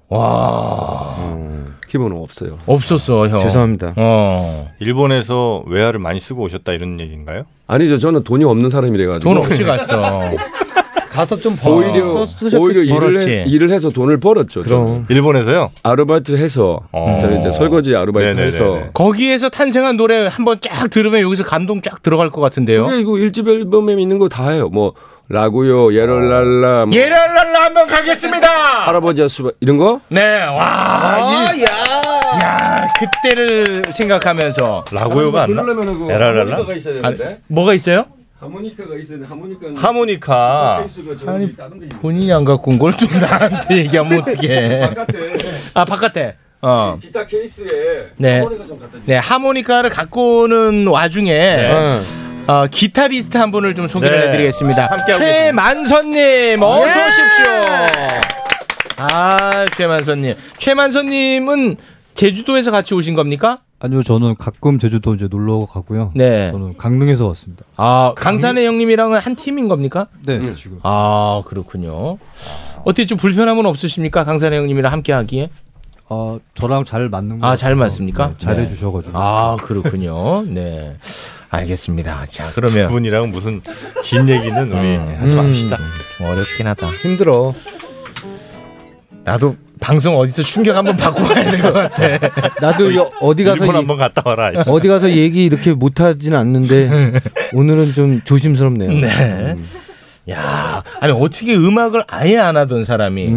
F: 와.
K: 기본은 없어요.
F: 없었어, 형.
I: 죄송합니다.
F: 어.
G: 일본에서 외화를 많이 쓰고 오셨다 이런 얘기인가요?
K: 아니죠. 저는 돈이 없는 사람이래 가지고
G: 돈 없이 갔어.
I: 가서 좀
K: 오히려 오히려 일을,
G: 아. 벌었지.
K: 해, 일을 해서 돈을 벌었죠. 저는.
G: 일본에서요?
K: 아르바이트 해서
G: 어.
K: 저는 이제 설거지
G: 네,
K: 아르바이트 해서
F: 거기에서 탄생한 노래 한번 쫙 들으면 여기서 감동 쫙 들어갈 것 같은데요.
K: 그게 이거 일집 앨범에 있는 거 다 해요. 뭐 라구요, 예럴랄라, 뭐
F: 예랄랄라 한번 가겠습니다.
K: 할아버지 아수바 이런 거?
F: 네, 와.
J: 아, 야.
F: 야 그때를 생각하면서 아,
G: 라고요가 안 나? 그러려면은 그 에랄랄라?
N: 하모니카가 있어야 되는데?
F: 뭐가 있어요?
N: 하모니카가 있어야 돼. 하모니카는 그
G: 하모니카.
N: 케이스가 저기 다른 데 있는
F: 본인이 안 갖고 온 걸 또 나한테 얘기하면 어떡해
N: 바깥에
F: 아 바깥에 어.
N: 기타 케이스에
F: 네.
N: 하모니카 좀 갖다
F: 네 하모니카를 갖고 오는 와중에
G: 예.
K: 네.
F: 어, 기타리스트 한 분을 좀 소개를
G: 네.
F: 해드리겠습니다.
G: 함께하고
F: 최만선님 어서
G: 예!
F: 오십시오. 아 최만선님, 최만선님은 제주도에서 같이 오신 겁니까?
O: 아니요, 저는 가끔 제주도 이제 놀러 가고요.
F: 네.
O: 저는 강릉에서 왔습니다.
F: 아 강산의 형님이랑은 한 팀인 겁니까?
O: 네,
G: 음.
O: 지금.
F: 아 그렇군요. 어떻게 좀 불편함은 없으십니까? 강산의 형님이랑 함께하기에?
O: 아, 저랑 잘 맞는 거.
F: 아잘 맞습니까?
O: 네.
I: 네.
O: 잘해 주셔가지고.
F: 아 그렇군요. 네. 알겠습니다. 자 그러면
G: 두 분이랑 무슨 긴 얘기는 우리
F: 음,
G: 하지 맙시다.
F: 좀 어렵긴 하다. 힘들어. 나도 방송 어디서 충격 한번 받고 와야 될 것 같아.
I: 나도 이- 어디 가서
G: 일본
I: 이-
G: 한번 갔다 와라.
I: 어디 가서 얘기 이렇게 못 하진 않는데 오늘은 좀 조심스럽네요.
F: 네. 야, 아니 어떻게 음악을 아예 안 하던 사람이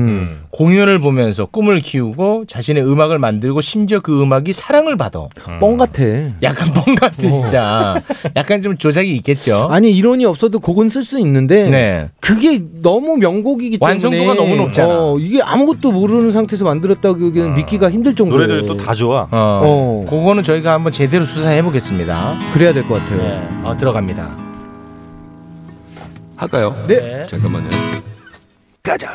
F: 공연을 보면서 꿈을 키우고 자신의 음악을 만들고 심지어 그 음악이 사랑을 받아.
I: 뻥 같아.
F: 약간 뻥 같아 진짜. 약간 좀 조작이 있겠죠.
I: 아니 이론이 없어도 곡은 쓸 수 있는데
F: 네.
I: 그게 너무 명곡이기 때문에
F: 완성도가 너무 높잖아. 아.
I: 어, 이게 아무것도 모르는 상태에서 만들었다고 여기는 믿기가 힘들 정도로
F: 좋아. 어.
I: 어.
F: 그거는 저희가 한번 제대로 수사해 보겠습니다.
I: 그래야 될 것 같아요.
F: 네. 어, 들어갑니다.
K: 할까요?
F: 네.
K: 잠깐만요. 가자.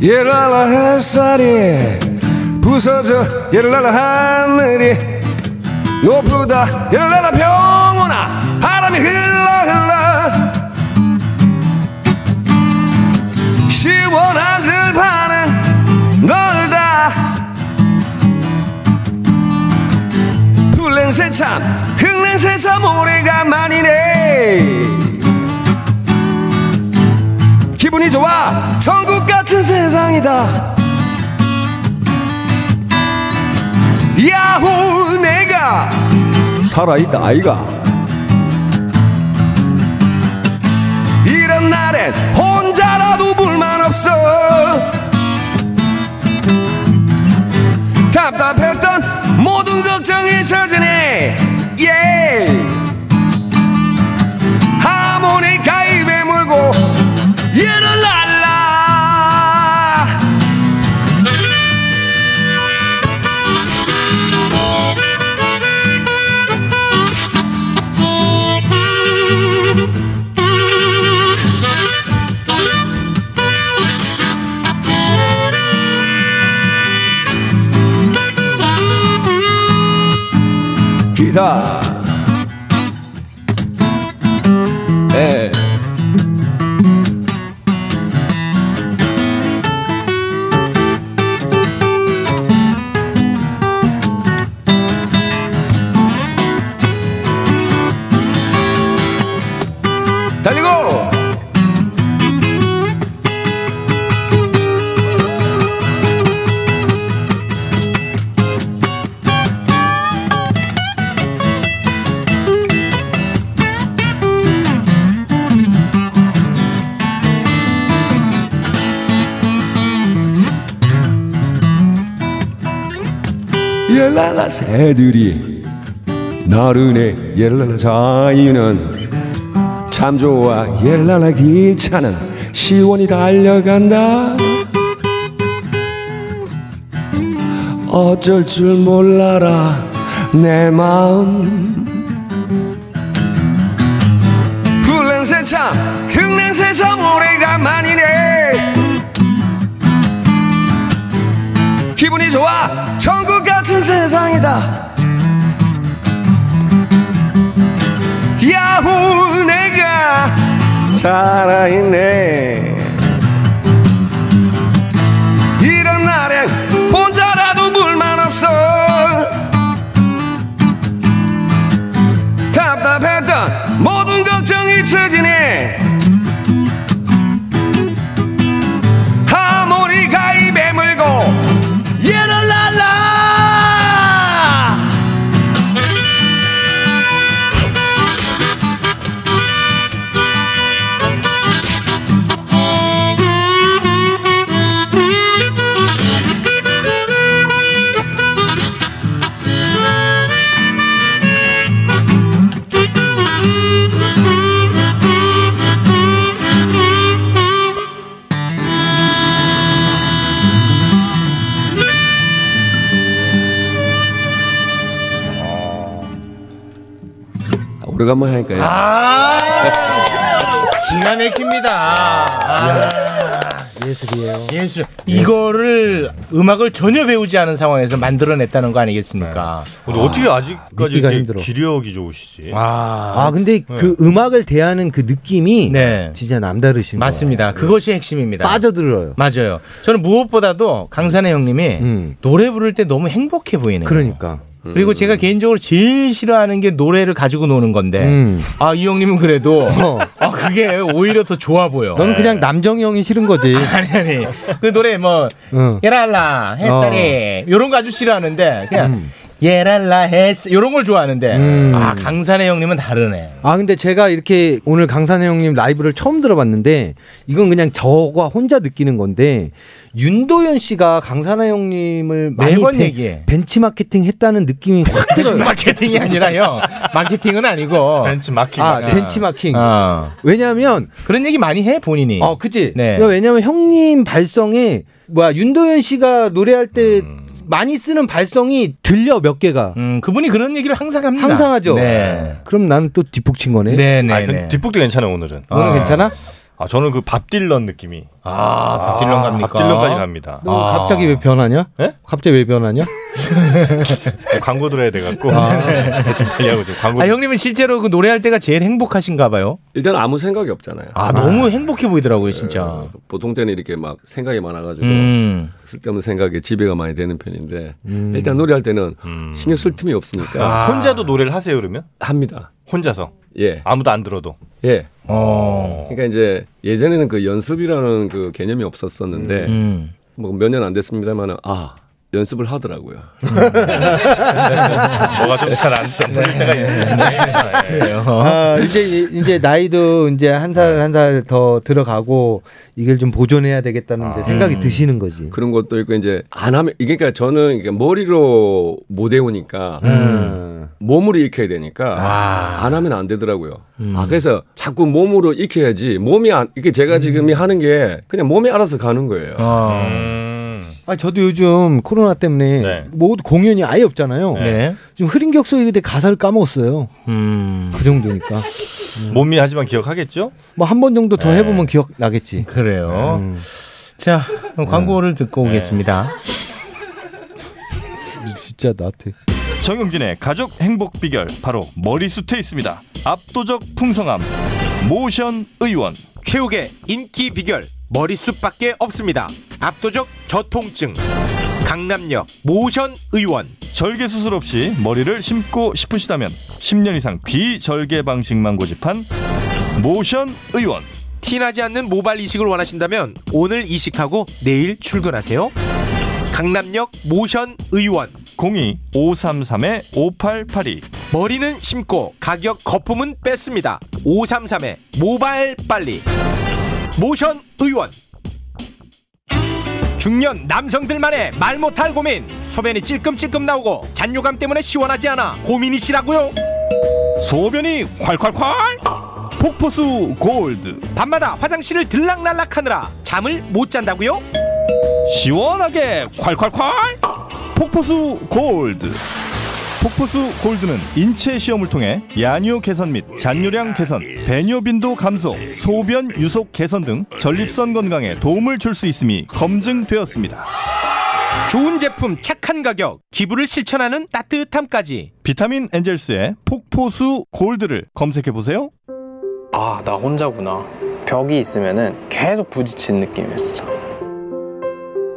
K: 예랄라 햇살이 부서져 예랄라 하늘이 높으다 예랄라 병원아 바람이 흘러 흘러 시원한 들판은 널다 풀냄새 참 흙냄새 참 오래간만이네 기분이 좋아 천국 같은 세상이다 야호 내가 살아있다 아이가 이런 날엔 혼자라도 불만 없어 답답했던 모든 걱정이 젖으네 예 하모니카 입에 물고 예랄랄라 기다 에 달리고 열랄라 새들이 나른해 열랄라 자유는 참 좋아 열랄라 기차는 시원히 달려간다 어쩔 줄 몰라라 내 마음 풀냄새 참 흙냄새 참 오래간만이네 기분이 좋아 천국 같은 세상이다 야호 내가 살아있네 이런 날엔 혼자라도 불만 없어 그거 한번 하니까요.
F: 기가 막힙니다. 아. 예술이에요. 예술. 이거를 음악을 전혀 배우지 않은 상황에서 만들어냈다는 거 아니겠습니까?
G: 근데 어떻게 아직까지
I: 믿기가
G: 이렇게
I: 힘들어.
G: 기력이 좋으시지?
I: 아,
F: 네.
I: 근데 그 음악을 대하는 그 느낌이 진짜 남다르신
F: 맞습니다. 네. 그것이 핵심입니다.
I: 빠져들어요.
F: 맞아요. 저는 무엇보다도 강산의 형님이 노래 부를 때 너무 행복해 보이네요.
I: 그러니까.
F: 그리고 제가 개인적으로 제일 싫어하는 게 노래를 가지고 노는 건데
I: 음.
F: 아 이 형님은 그래도 아 그게 오히려 더 좋아 보여.
I: 너는 그냥 남정이 형이 싫은 거지.
F: 아니 아니 그 노래 뭐
I: 응.
F: 예랄라 햇살이 요런 거 아주 싫어하는데 그냥 예랄라 햇살 요런 걸 좋아하는데
I: 음.
F: 아 강산의 형님은 다르네.
I: 아 근데 제가 이렇게 오늘 강산해 형님 라이브를 처음 들어봤는데 이건 그냥 저가 혼자 느끼는 건데 윤도현 씨가 강산해 형님을 많이
F: 매번
I: 벤-
F: 얘기해.
I: 벤치마케팅 했다는 느낌이 확 들어요.
F: 마케팅이 아니라요. 마케팅은 아니고 벤치마킹.
I: 아, 벤치마킹.
F: 아.
I: 왜냐하면
F: 그런 얘기 많이 해 본인이.
I: 어, 그치.
F: 네.
I: 그러니까 왜냐면 형님 발성에 뭐야 윤도현 씨가 노래할 때
F: 음.
I: 많이 쓰는 발성이 들려 몇 개가.
F: 그분이 그런 얘기를 항상 합니다.
I: 항상 하죠.
F: 음. 네.
I: 그럼 나는 또 뒷북 친 거네. 어.
G: 아니, 근데 뒷북도 괜찮아 오늘은.
I: 오늘
G: 아.
I: 괜찮아?
G: 아 저는 그 밥 딜런 느낌이.
F: 아밥 딜런 갑니까?
G: 밥 딜런까지 갑니다.
I: 너
F: 아.
I: 갑자기 왜 변하냐? 갑자기 왜 변하냐?
G: 광고 들어야 돼 갖고 대충 달려고 지금 광고.
F: 아 형님은 실제로 그 노래할 때가 제일 행복하신가 봐요.
K: 일단 아무 생각이 없잖아요.
F: 아 너무 행복해 보이더라고요 진짜.
K: 보통 때는 이렇게 막 생각이 많아가지고
F: 음.
K: 쓸데없는 생각에 지배가 많이 되는 편인데
G: 음.
K: 일단 노래할 때는 신경 쓸 틈이 없으니까
G: 아. 혼자도 노래를 하세요 그러면?
K: 합니다.
G: 혼자서.
K: 예.
G: 아무도 안 들어도.
K: 예.
F: 어.
K: 그러니까 이제 예전에는 그 연습이라는 그 개념이 없었었는데
F: 음.
K: 뭐 몇 년 안 됐습니다만은 아 연습을 하더라고요.
G: 뭐가 좀 잘 안 풀릴 때가 있는데.
K: 어?
I: 아, 이제 이제 나이도 이제 한 살
K: 네.
I: 한 살 더 들어가고 이걸 좀 보존해야 되겠다는 이제 생각이
K: 음.
I: 드시는 거지.
K: 그런 것도 있고 이제 안 하면 이게 그러니까 저는 이게 머리로 못 외우니까
I: 음.
K: 몸으로 익혀야 되니까 안 하면 안 되더라고요.
I: 음.
K: 아, 그래서 자꾸 몸으로 익혀야지 몸이 안 이게 제가 지금 하는 게 그냥 몸이 알아서 가는 거예요.
G: 음.
I: 아 저도 요즘 코로나 때문에
K: 네.
I: 뭐 공연이 아예 없잖아요.
F: 네. 음.
I: 지금 흐린 격소에 그때 가사를 까먹었어요.
K: 음.
I: 그 정도니까.
G: 몸이 하지만 기억하겠죠?
I: 뭐 한 번 정도
K: 네.
I: 더 해보면 기억 나겠지.
F: 그래요.
P: 음.
F: 자 그럼 광고를 듣고
P: 네.
F: 오겠습니다.
I: 진짜 나한테.
G: 정용진의 가족 행복 비결 바로 머리숱에 있습니다. 압도적 풍성함. 모션 의원.
O: 최욱의 인기 비결 머리숱밖에 없습니다. 압도적 저통증 강남역 모션 의원
G: 절개 수술 없이 머리를 심고 싶으시다면 10년 이상 비절개 방식만 고집한 모션 의원.
O: 티나지 않는 모발 이식을 원하신다면 오늘 이식하고 내일 출근하세요. 강남역 모션 의원
G: 02 533의 5882
O: 머리는 심고 가격 거품은 뺐습니다. 533의 모발 빨리 모션 의원 중년 남성들만의 말 못할 고민 소변이 찔끔찔끔 나오고 잔뇨감 때문에 시원하지 않아 고민이시라고요?
G: 소변이 콸콸콸 폭포수 골드
O: 밤마다 화장실을 들락날락하느라 잠을 못 잔다고요?
G: 시원하게 콸콸콸 폭포수 골드 폭포수 골드는 인체 시험을 통해 야뇨 개선 및 잔뇨량 개선, 배뇨 빈도 감소, 소변 유속 개선 등 전립선 건강에 도움을 줄 수 있음이 검증되었습니다.
O: 좋은 제품 착한 가격 기부를 실천하는 따뜻함까지
G: 비타민 엔젤스의 폭포수 골드를 검색해 보세요.
Q: 아, 나 혼자구나. 벽이 있으면은 계속 부딪힌 느낌이에요, 진짜.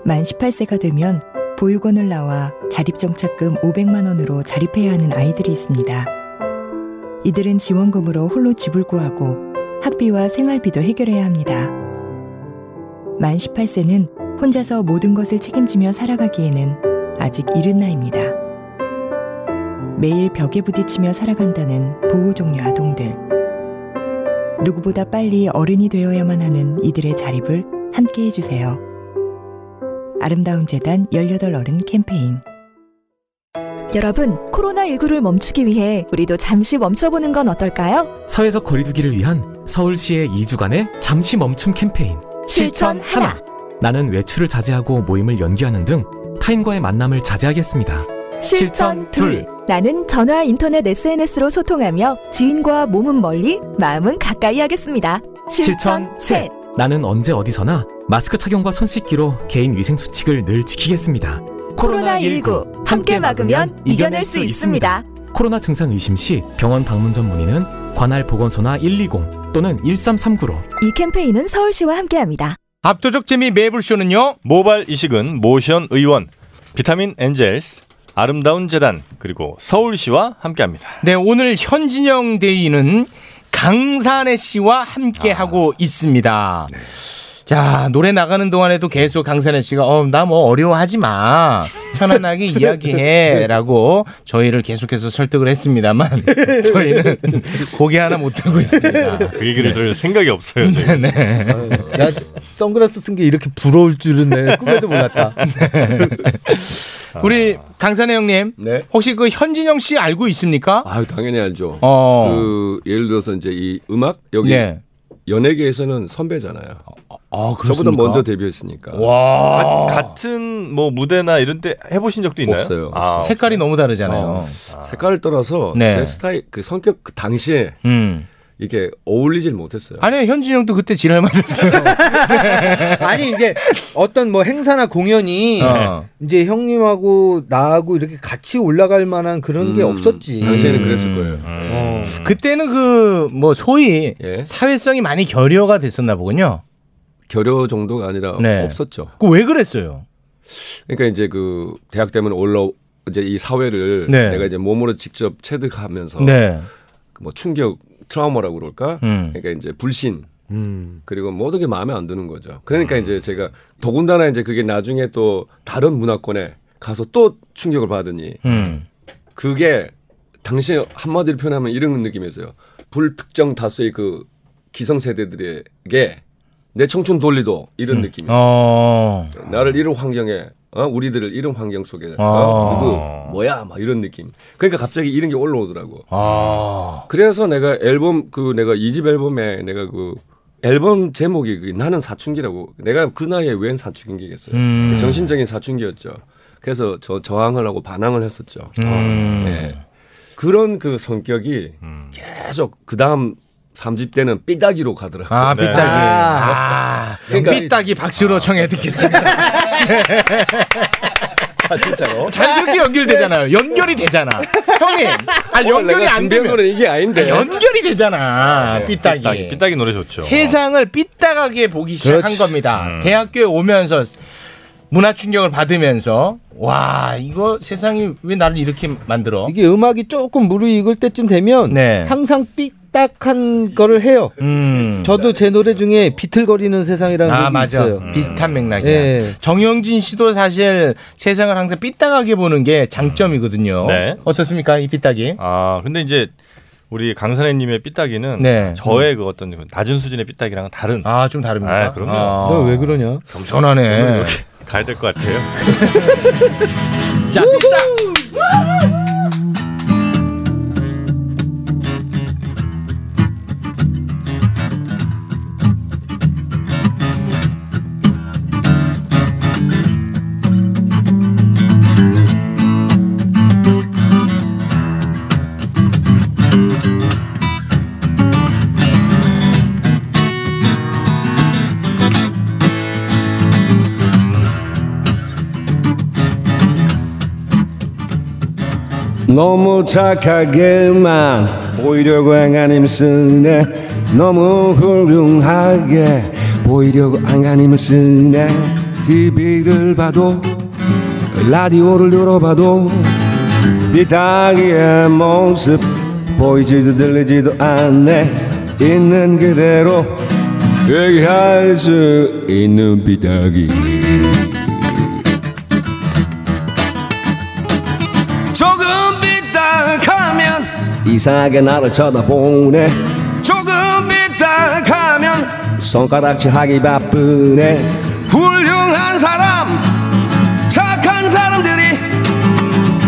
B: 만 18세가 되면 보육원을 나와 자립정착금 500만 원으로 자립해야 하는 아이들이 있습니다. 이들은 지원금으로 홀로 집을 구하고 학비와 생활비도 해결해야 합니다. 만 18세는 혼자서 모든 것을 책임지며 살아가기에는 아직 이른 나이입니다. 매일 벽에 부딪히며 살아간다는 보호종료 아동들. 누구보다 빨리 어른이 되어야만 하는 이들의 자립을 함께 해주세요. 아름다운 재단 18어른 캠페인
R: 여러분, 코로나19를 멈추기 위해 우리도 잠시 멈춰보는 건 어떨까요?
P: 사회적 거리두기를 위한 서울시의 2주간의 잠시 멈춤 캠페인
R: 실천 하나.
P: 나는 외출을 자제하고 모임을 연기하는 등 타인과의 만남을 자제하겠습니다.
R: 실천 둘. 나는 전화, 인터넷, SNS로 소통하며 지인과 몸은 멀리, 마음은 가까이 하겠습니다. 실천 셋.
P: 나는 언제 어디서나 마스크 착용과 손 씻기로 개인 위생 수칙을 늘 지키겠습니다.
R: 코로나19 함께 막으면 이겨낼 수 있습니다.
P: 코로나 증상 의심 시 병원 방문 전 문의는 관할 보건소나 120 또는 1339로
R: 이 캠페인은 서울시와 함께합니다.
G: 압도적 재미 매불쇼는요. 모발 이식은 모션 의원, 비타민 엔젤스, 아름다운 재단 그리고 서울시와 함께합니다.
F: 네, 오늘 현진영 대위는 강산혜 씨와 함께
P: 아.
F: 하고 있습니다.
P: 네.
F: 자, 노래 나가는 동안에도 계속 강산혜 씨가 어, 나 뭐 어려워하지 마. 편안하게
P: 네.
F: 이야기해라고 저희를 계속해서 설득을 했습니다만
P: 네.
F: 저희는 고개 하나 못 들고 있습니다.
G: 그 얘기를 들을 생각이 없어요. 지금.
I: 야, 선글라스 쓴 게 이렇게 부러울 줄은 내 꿈에도 몰랐다.
F: 우리 강산혜 형님, 혹시 그 현진영 씨 알고 있습니까?
K: 네. 아유 당연히 알죠.
F: 어.
K: 그 예를 들어서 이제 이 음악 여기
F: 네.
K: 연예계에서는 선배잖아요.
F: 아,
K: 저보다 먼저 데뷔했으니까.
F: 와.
G: 가- 아, 같은 뭐 무대나 이런 데 해보신 적도
O: 네?
G: 있나요?
K: 어. 없어요.
G: 아,
F: 색깔이 너무 다르잖아요.
K: 어. 색깔을 떠나서
F: 네.
K: 제 스타일 그 성격 그 당시에
F: 음.
K: 이게 어울리질 못했어요.
F: 아니 현진영도 그때 지랄 맞았어요.
I: 아니 이게 어떤 뭐 행사나 공연이
K: 어.
I: 이제 형님하고 나하고 이렇게 같이 올라갈 만한 그런 게
K: 음,
I: 없었지.
K: 당시에는 그랬을 거예요. 음.
F: 그때는 그 뭐 소위
K: 예.
F: 사회성이 많이 결여가 됐었나 보군요.
K: 결여 정도가 아니라
F: 네.
K: 없었죠.
F: 그 왜 그랬어요?
K: 그러니까 이제 그 대학 되면 올라 이제 이 사회를
F: 네.
K: 내가 이제 몸으로 직접 체득하면서
F: 네.
K: 뭐 충격 트라우마라고 그럴까?
F: 음.
K: 그러니까 이제 불신 그리고 모든 게 마음에 안 드는 거죠. 그러니까 이제 제가 더군다나 이제 그게 나중에 또 다른 문화권에 가서 또 충격을 받으니
F: 음.
K: 그게 당시 한마디로 표현하면 이런 느낌이었어요. 불특정 다수의 그 기성세대들에게 내 청춘 돌리도 이런 느낌이었어요.
F: 음. 어.
K: 나를 이런 환경에 어? 우리들을 이런 환경 속에 어?
F: 아.
K: 누구 뭐야 막 이런 느낌. 그러니까 갑자기 이런 게 올라오더라고.
F: 아.
K: 그래서 내가 앨범 그 내가 이 집 앨범에 내가 그 앨범 제목이 그 나는 사춘기라고 내가 그 나이에 웬 사춘기겠어요.
F: 음.
K: 정신적인 사춘기였죠. 그래서 저 저항을 하고 반항을 했었죠.
F: 음.
K: 예. 그런 그 성격이 계속 그 다음 삼집 때는 삐딱이로 가더라고요.
F: 아 삐딱이. 아.
K: 그러니까-
F: 삐딱이 박수로 청해 듣겠습니다.
K: 아, 진짜로?
F: 자연스럽게 연결되잖아요. 연결이 되잖아. 형님. 아 연결이
K: 내가
F: 안
K: 준비한
F: 되면
K: 거는 이게 아닌데.
F: 아, 연결이 되잖아. 삐딱이.
G: 네. 삐딱이. 삐딱이 노래 좋죠.
F: 세상을 삐딱하게 보기 시작한
G: 그렇지.
F: 겁니다.
G: 음.
F: 대학교에 오면서 문화 충격을 받으면서 와 이거 세상이 왜 나를 이렇게 만들어?
I: 이게 음악이 조금 무르익을 때쯤 되면
F: 네. 음.
I: 항상 삐딱한 거를 해요. 저도 제 노래 중에 비틀거리는 세상이라는
F: 아
I: 곡이
F: 맞아 네.
I: 있어요.
G: 음.
F: 비슷한 맥락이야.
I: 예.
F: 정영진 씨도 사실 세상을 항상 삐딱하게 보는 게 장점이거든요.
G: 네.
F: 어떻습니까 이 삐딱이?
G: 아 근데 이제 우리 강산혜님의 삐딱이는
F: 네.
G: 저의 그 어떤 그 낮은 수준의 삐딱이랑은 다른.
F: 아 좀 다릅니다.
G: 아, 그럼요.
F: 아.
I: 너 왜 그러냐?
F: 겸손하네.
G: 오늘 이렇게 가야 될 것 같아요.
F: 자 삐딱.
M: 너무 착하게만 보이려고 안간 힘을 쓰네 너무 훌륭하게 보이려고 안간 힘을 쓰네 TV를 봐도 라디오를 들어봐도 비타기의 모습 보이지도 들리지도 않네 있는 그대로 얘기할 수 있는 비타기 조금 삐딱하면 이상하게 나를 쳐다보네 조금 삐딱하면 손가락질 하기 바쁘네 훌륭한 사람 착한 사람들이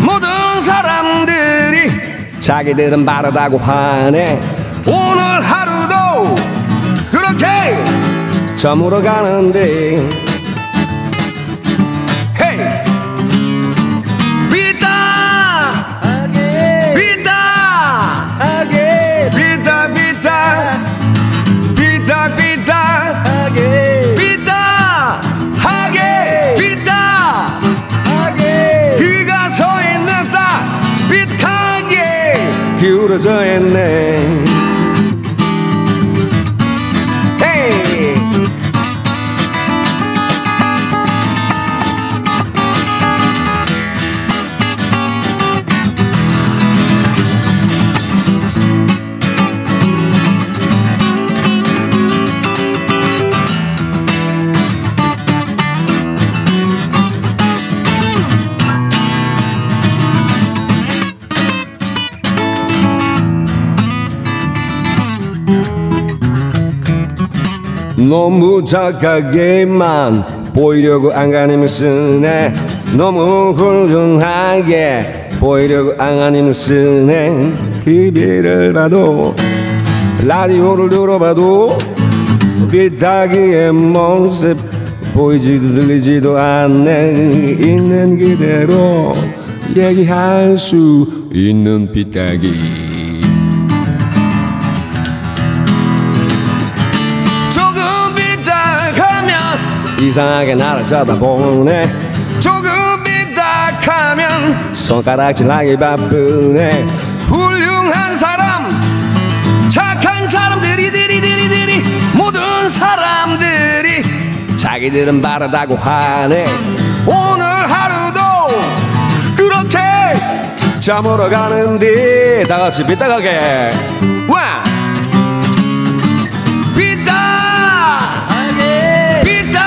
M: 모든 사람들이 자기들은 바르다고 하네 오늘 하루도 그렇게 저물어 가는데 헤이 삐딱 부러져 있네 헤이
K: 너무 작하게만 보이려고 안간힘을 쓰네 너무 훌륭하게 보이려고 안간힘을 쓰네 TV를 봐도 라디오를 들어봐도 비타기의 모습 보이지도 들리지도 않네 있는 그대로 얘기할 수 있는 비타기
M: 조금 있다 가면
K: 이상하게 나를 쳐다보네
M: 조금 있다 가면
K: 손가락질하기 바쁘네
M: 훌륭한 사람 착한 사람들이 들이들이들이 모든 사람들이
K: 자기들은 바르다고 화내
M: 오늘 하루도 그렇게
K: 잠으로 가는 뒤다 같이 빗다가게
M: 와 비타 비타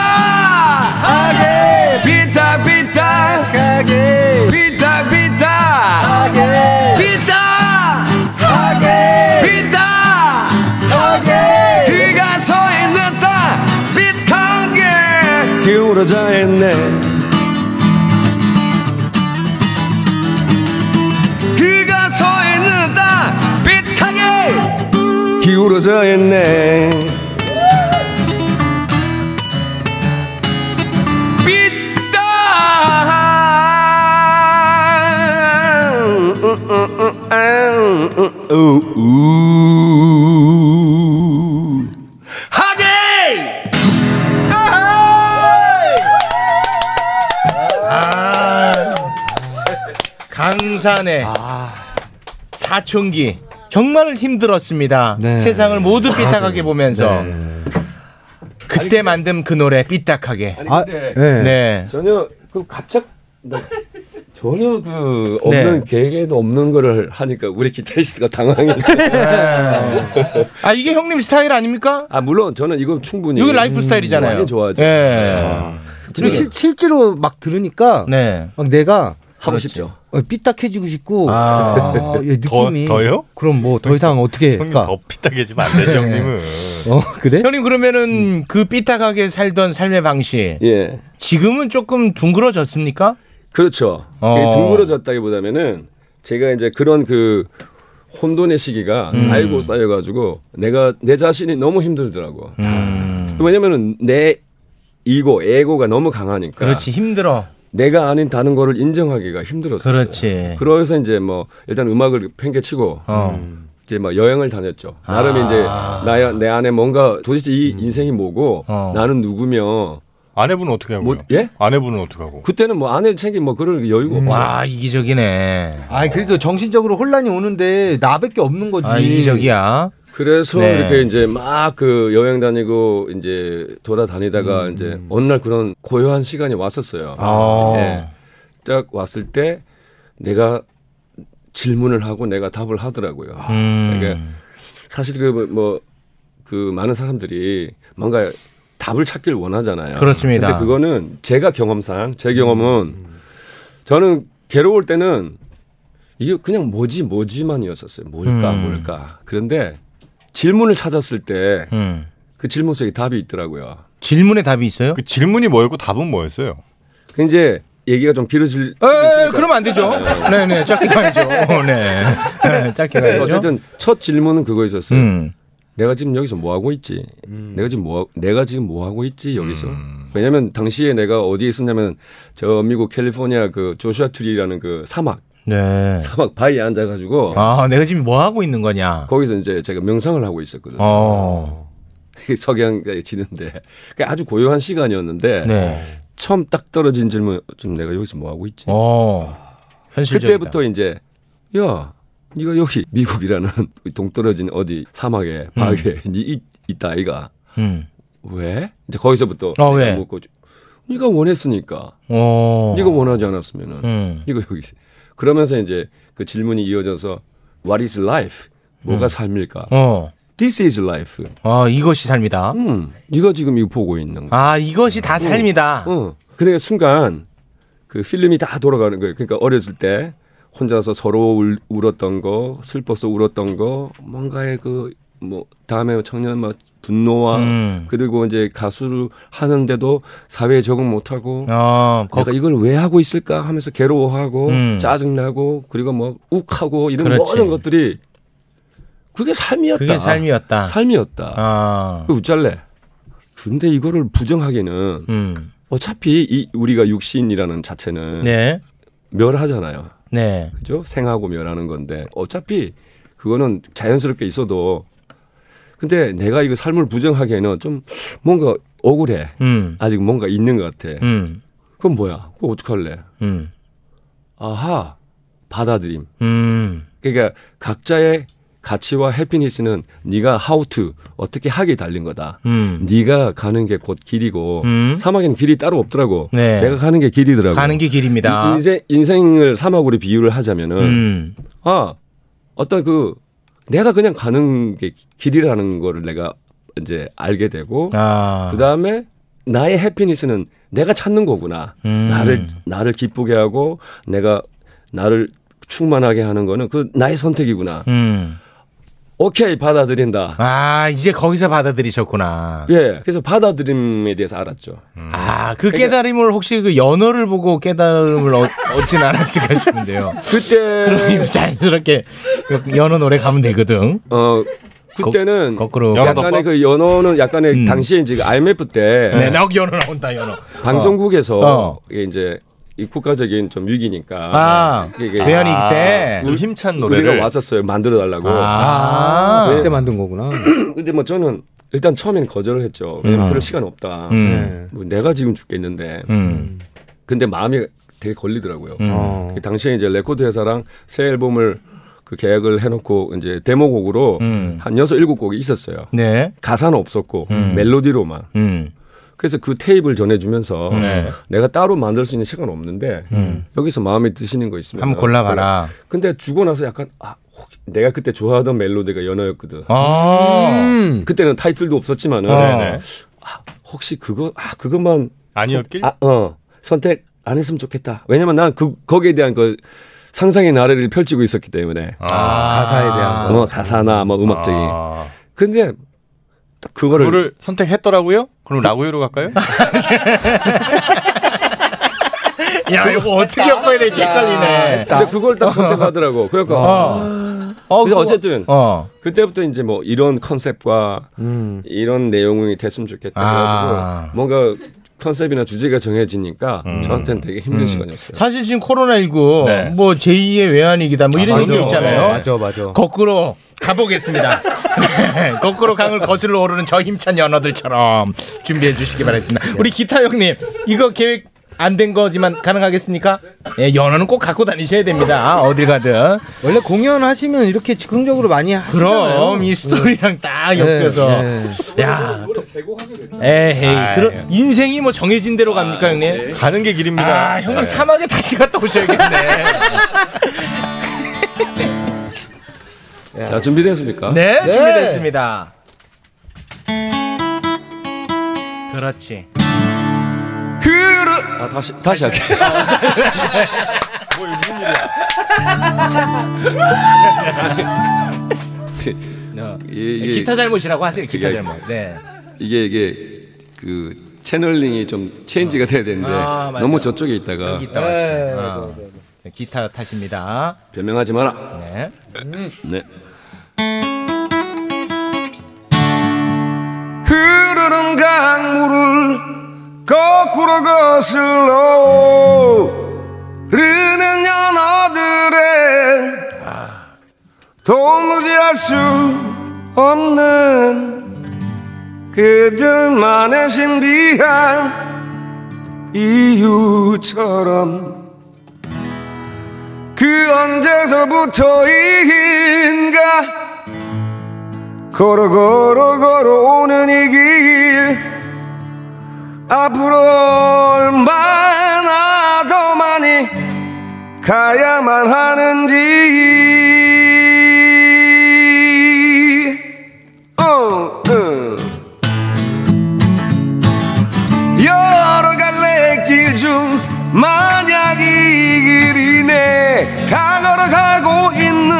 M: 하게 비타 비타 하게 비타 비타 하게 비타 하게 비타 하게 그가 서 있는 땅 빛하게
K: 기울어져 있네
M: 그가 서 있는 땅 빛하게
K: 기울어져 있네
M: 하게
K: 어,
F: 강산의
K: 아.
F: 사춘기 정말 힘들었습니다.
K: 네.
F: 세상을
K: 아,
F: 모두 삐딱하게 보면서 그때 만든 그 노래 삐딱하게.
K: 아니, 근데
F: 네.
K: 전혀 그 갑작 네. 전혀 그
F: 네.
K: 없는 계획에도 없는 거를 하니까 우리 기타리스트가 당황했어요.
F: 아 이게 형님 스타일 아닙니까?
K: 아 물론 저는 이거 충분히
F: 이게 라이프 스타일이잖아요.
K: 많이 좋아하죠.
F: 예.
K: 네.
I: 근데 실, 실제로 막 들으니까
F: 네.
I: 막 내가
K: 하고 싶죠.
I: 어, 삐딱해지고 싶고
G: 아.
I: 아, 예,
G: 더-
I: 느낌이
G: 더요?
I: 그럼 뭐 더 이상 어떻게
G: 형님 더 삐딱해지면 안
F: 네.
G: 되죠, 형님은.
I: 어
K: 예?
I: 그래?
F: 형님 그러면은 그 삐딱하게 살던 삶의 방식
K: 예.
F: 지금은 조금 둥그러졌습니까?
K: 그렇죠.
F: 어.
K: 둥그러졌다기보다면은 제가 이제 그런 그 혼돈의 시기가 쌓이고 쌓여가지고 내가 내 자신이 너무 힘들더라고. 왜냐면은 내 이고 에고가 너무 강하니까.
F: 그렇지 힘들어.
K: 내가 아닌 다른 거를 인정하기가 힘들었어요.
F: 그렇지.
K: 그래서 이제 뭐 일단 음악을 팽개치고
F: 어.
K: 이제 막 여행을 다녔죠. 나름
G: 아. 음.
K: 이제 나야 내 안에 뭔가 도대체 이 인생이 뭐고
G: 어.
K: 나는 누구며
G: 아내분은 어떻게 하고요?
K: 뭐, 예?
G: 아내분은 어떻게 하고? 음.
K: 그때는 뭐 아내를 챙긴 뭐 그럴 여유가 없죠.
F: 와 이기적이네.
I: 아니 그래도 정신적으로 혼란이 오는데 나밖에 없는 거지.
F: 아,
K: 예. 그래서
I: 네.
K: 이렇게 이제 막 그 여행 다니고 이제
G: 음.
K: 돌아다니다가 이제 어느 날 그런 고요한 시간이 왔었어요.
F: 아.
K: 예. 딱 왔을 때 내가 질문을 하고 내가 답을 하더라고요.
F: 음.
K: 그러니까 사실 그 뭐 그 많은 사람들이 뭔가 답을 찾길 원하잖아요.
F: 그렇습니다.
K: 근데 그거는 제가 경험상 제 경험은 저는 괴로울 때는 이게 그냥 뭐지 뭐지만이었었어요. 뭘까
F: 음.
K: 뭘까. 그런데 질문을 찾았을 때 그
F: 음.
K: 질문 속에 답이 있더라고요.
F: 질문에 답이 있어요?
G: 그 질문이 뭐였고 답은 뭐였어요?
K: 이제 얘기가 좀 길어질
F: 에, 그러면 안 되죠. 네네 짧게 가야죠. 어, 네. 네, 짧게
K: 그래서
F: 가야죠.
K: 어쨌든 첫 질문은 그거였었어요.
F: 음.
K: 내가 지금 여기서 뭐 하고 있지? 내가 지금 뭐 내가 지금 뭐 하고 있지 여기서? 왜냐면 당시에 내가 어디에 있었냐면 저 미국 캘리포니아 그 조슈아 트리라는 그 사막
F: 네.
K: 사막 바위에 앉아가지고
F: 아 내가 지금 뭐 하고 있는 거냐?
K: 거기서 이제 제가 명상을 하고 있었거든요.
F: 어.
K: 석양에 예, 지는데 그러니까 아주 고요한 시간이었는데
F: 네.
K: 처음 딱 떨어진 질문 좀 내가 여기서 뭐 하고 있지?
F: 어. 현실적이다.
K: 그때부터 이제 야 네가 여기 미국이라는 동떨어진 어디 사막에 바위에 니 있, 있다 아이가
F: 음.
K: 왜? 이제 거기서부터
F: 어,
K: 내가
F: 왜?
K: 묻고 네가 원했으니까
F: 어.
K: 네가 원하지 않았으면은
F: 음.
K: 이거 여기 있어. 그러면서 이제 그 질문이 이어져서 What is life? 뭐가
F: 음.
K: 삶일까?
F: 어.
K: This is life.
F: 아 이것이 삶이다.
K: 음, 네가 지금 이거 보고 있는 거.
F: 아 이것이
S: 다
K: 삶이다. 어. 근데 순간 그 필름이 다 돌아가는 거예요. 그러니까 어렸을 때 혼자서 서로 울, 울었던 거, 슬퍼서 울었던 거, 뭔가의 그 뭐 다음에 청년 막 분노와
F: 음.
K: 그리고 이제 가수를 하는데도 사회에 적응 못하고
F: 어,
K: 음. 내가 이걸 왜 하고 있을까 하면서 괴로워하고
F: 음.
K: 짜증나고 그리고 뭐 욱하고 이런
F: 그렇지.
K: 모든 것들이 그게 삶이었다.
F: 그게 삶이었다.
K: 삶이었다.
F: 아.
K: 그 웃잘래. 근데 이거를 부정하기는 어차피 이 우리가 육신이라는 자체는
F: 음. 네.
K: 멸하잖아요.
F: 네.
K: 그죠? 생하고 멸하는 건데 어차피 그거는 자연스럽게 있어도 근데 내가 이거 삶을 부정하기에는 좀 뭔가 억울해.
F: 음.
K: 아직 뭔가 있는 것 같아.
F: 음.
K: 그건 뭐야? 그거 어떡할래?
F: 음.
K: 아하. 받아들임.
F: 음.
K: 그러니까 각자의 가치와 해피니스는 네가 how to 어떻게 하기 달린 거다.
F: 음.
K: 네가 가는 게 곧 길이고
F: 음.
K: 사막에는 길이 따로 없더라고.
F: 네.
K: 내가 가는 게 길이더라고.
F: 가는 게 길입니다.
K: 이- 인생 인생을 사막으로 비유를 하자면은
F: 음.
K: 아 어떤 그 내가 그냥 가는 게 길이라는 거를 내가 이제 알게 되고
F: 아.
K: 그 다음에 나의 해피니스는 내가 찾는 거구나.
F: 음.
K: 나를 나를 기쁘게 하고 내가 나를 충만하게 하는 거는 그 나의 선택이구나.
F: 음.
K: 오케이 받아들인다.
F: 아 이제 거기서 받아들이셨구나.
K: 예. 그래서 받아들임에 대해서 알았죠.
F: 아,
K: 그러니까
F: 그 깨달음을 혹시 그 연어를 보고 깨달음을 얻, 얻진 않았을까 싶은데요.
K: 그때
F: 그럼
K: 네.
F: 이거 자연스럽게 그 연어 노래 가면 되거든.
K: 어 그때는
F: 거꾸로 음.
K: 약간의 그 연어는 약간의 당시에 이제 IMF 때
F: 네, 나 연어 나온다 연어.
K: 방송국에서
F: 어.
K: 이게 이제 이 국가적인 좀 위기니까
F: 아,
K: 네.
F: 외환위기 때. 아.
K: 좀
O: 힘찬
K: 우리가
O: 노래를.
K: 왔었어요 만들어 달라고
I: 아,
F: 네.
I: 그때 만든 거구나.
K: 근데 뭐 저는 일단 처음엔 거절을 했죠 왜냐면
I: 음.
K: 그럴 시간 없다
F: 네.
I: 음.
K: 뭐 내가 지금 죽겠는데
F: 음.
K: 근데 마음이 되게 걸리더라고요
F: 음. 어.
K: 그 당시에 이제 레코드 회사랑 새 앨범을 그 계약을 해놓고 이제 데모곡으로
F: 음.
K: 한 여섯 일곱 곡이 있었어요
F: 네.
K: 가사는 없었고
F: 음.
K: 멜로디로만
F: 음.
K: 그래서 그 테이프를 전해주면서
F: 네.
K: 내가 따로 만들 수 있는 시간 없는데
F: 음.
K: 여기서 마음에 드시는 거 있으면
F: 한번 골라봐라.
K: 그래. 근데 주고 나서 약간 아, 혹- 내가 그때 좋아하던 멜로디가 연어였거든.
F: 아. 음.
K: 그때는 타이틀도 없었지만은
F: 어. 네네.
K: 아, 혹시 그거 아 그것만
O: 아니었길?
K: 선, 아, 어 선택 안 했으면 좋겠다. 왜냐면 난 그 거기에 대한 그 상상의 나래를 펼치고 있었기 때문에
F: 아.
I: 가사에 대한 거.
K: 어, 가사나 뭐 음악적인. 근데 그거를
O: 그거를 선택했더라고요? 그럼 라구요로 갈까요?
F: 야 이거 어떻게 엮어야 될지 헷갈리네.
K: 근데 그걸 딱 선택하더라고. 그러니까
F: 어.
K: 아.
F: 어,
K: 그래서
F: 그거-
K: 어쨌든
F: 어.
K: 그때부터 이제 뭐 이런 컨셉과 이런 내용이 됐으면 좋겠다
F: 아.
K: 해가지고 뭔가 컨셉이나 주제가 정해지니까 저한테는 되게 힘든
F: 음.
K: 시간이었어요.
F: 사실 지금 코로나19 뭐 제2의 외환위기다 뭐 이런
K: 아,
F: 얘기
K: 맞아.
F: 있잖아요.
K: 네, 맞아,
I: 맞아.
F: 거꾸로 가보겠습니다. 네, 거꾸로 강을 거슬러 오르는 저 힘찬 연어들처럼 준비해 주시기 바라겠습니다. 우리 기타 형님 이거 계획 안 된 거지만 가능하겠습니까? 예, 연어는 꼭 갖고 다니셔야 됩니다. 어딜 가든.
I: 원래 공연하시면 이렇게 즉흥적으로 많이 하시잖아요.
F: 그럼 이 스토리랑 딱
I: 네,
F: 엮여서 야 에헤이
I: 아유.
F: 그런 인생이 뭐 정해진 대로 갑니까 형님?
O: 가는 게 길입니다.
F: 아 형님 사막에 다시 갔다 오셔야겠네.
K: 자 준비됐습니까?
F: 네, 준비됐습니다. 그렇지.
K: 흐르 아 다시 다시 할게.
F: 뭐,
K: 이게-
F: 기타 잘못이라고 하세요. 기타
K: 이게-
F: 잘못. 네.
K: 이게 이게 그 채널링이 좀 체인지가 돼야 되는데
F: 아, 맞아.
K: 너무 저쪽에 있다가
F: 저기 있다 왔어요. 어. 자, 기타 탓입니다.
K: 변명하지 마라.
F: 네.
K: 네.
T: 흐르는 강물을 거꾸로 거슬러 흐르는 연어들의 도무지 알 수 없는 그들만의 신비한 이유처럼 그
K: 그 언제서부터인가 걸어 걸어 걸어오는 이 길 앞으로 얼마나 더 많이 가야만 하는지 어, 응. 여러 갈래 길 중 만약 이 길이 내가 걸어가고 있는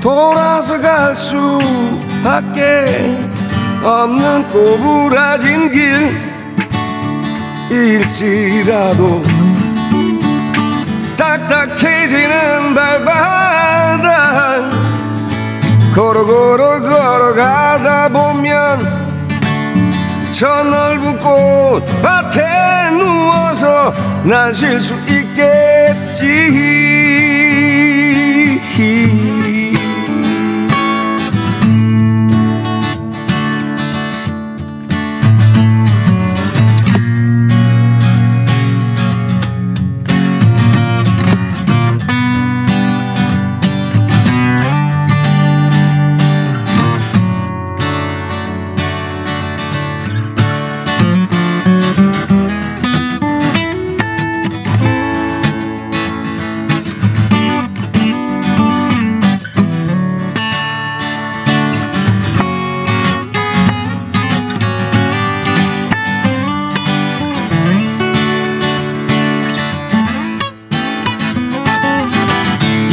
K: 돌아서 갈 수밖에 없는 꼬부라진 길일지라도 딱딱해지는 발바닥 걸어 걸어 걸어가다 보면 저 넓은 꽃밭에 누워서 날 쉴 수 있겠지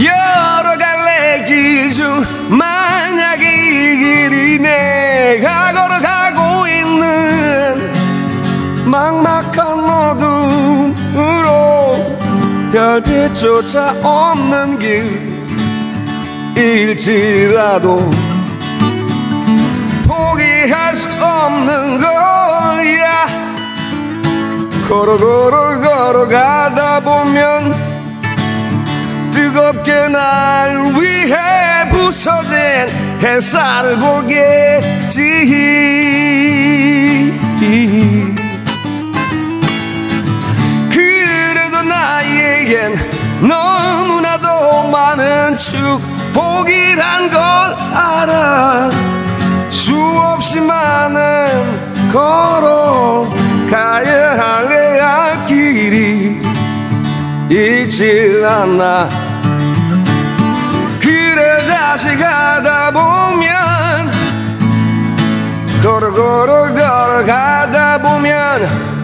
K: 여러 갈래 길 중 만약 이 길이 내가 걸어가고 있는 막막한 어둠으로 별빛조차 없는 길일지라도 포기할 수 없는 거야 걸어 걸어 걸어가다 보면 뜨겁게 날 위해 부서진 햇살을 보겠지 그래도 나에겐 너무나도 많은 축복이란 걸 알아 수없이 많은 걸어가야 할 내야 길이 있질 않나 그래 다시 가다 보면 걸어 걸어 걸어 가다 보면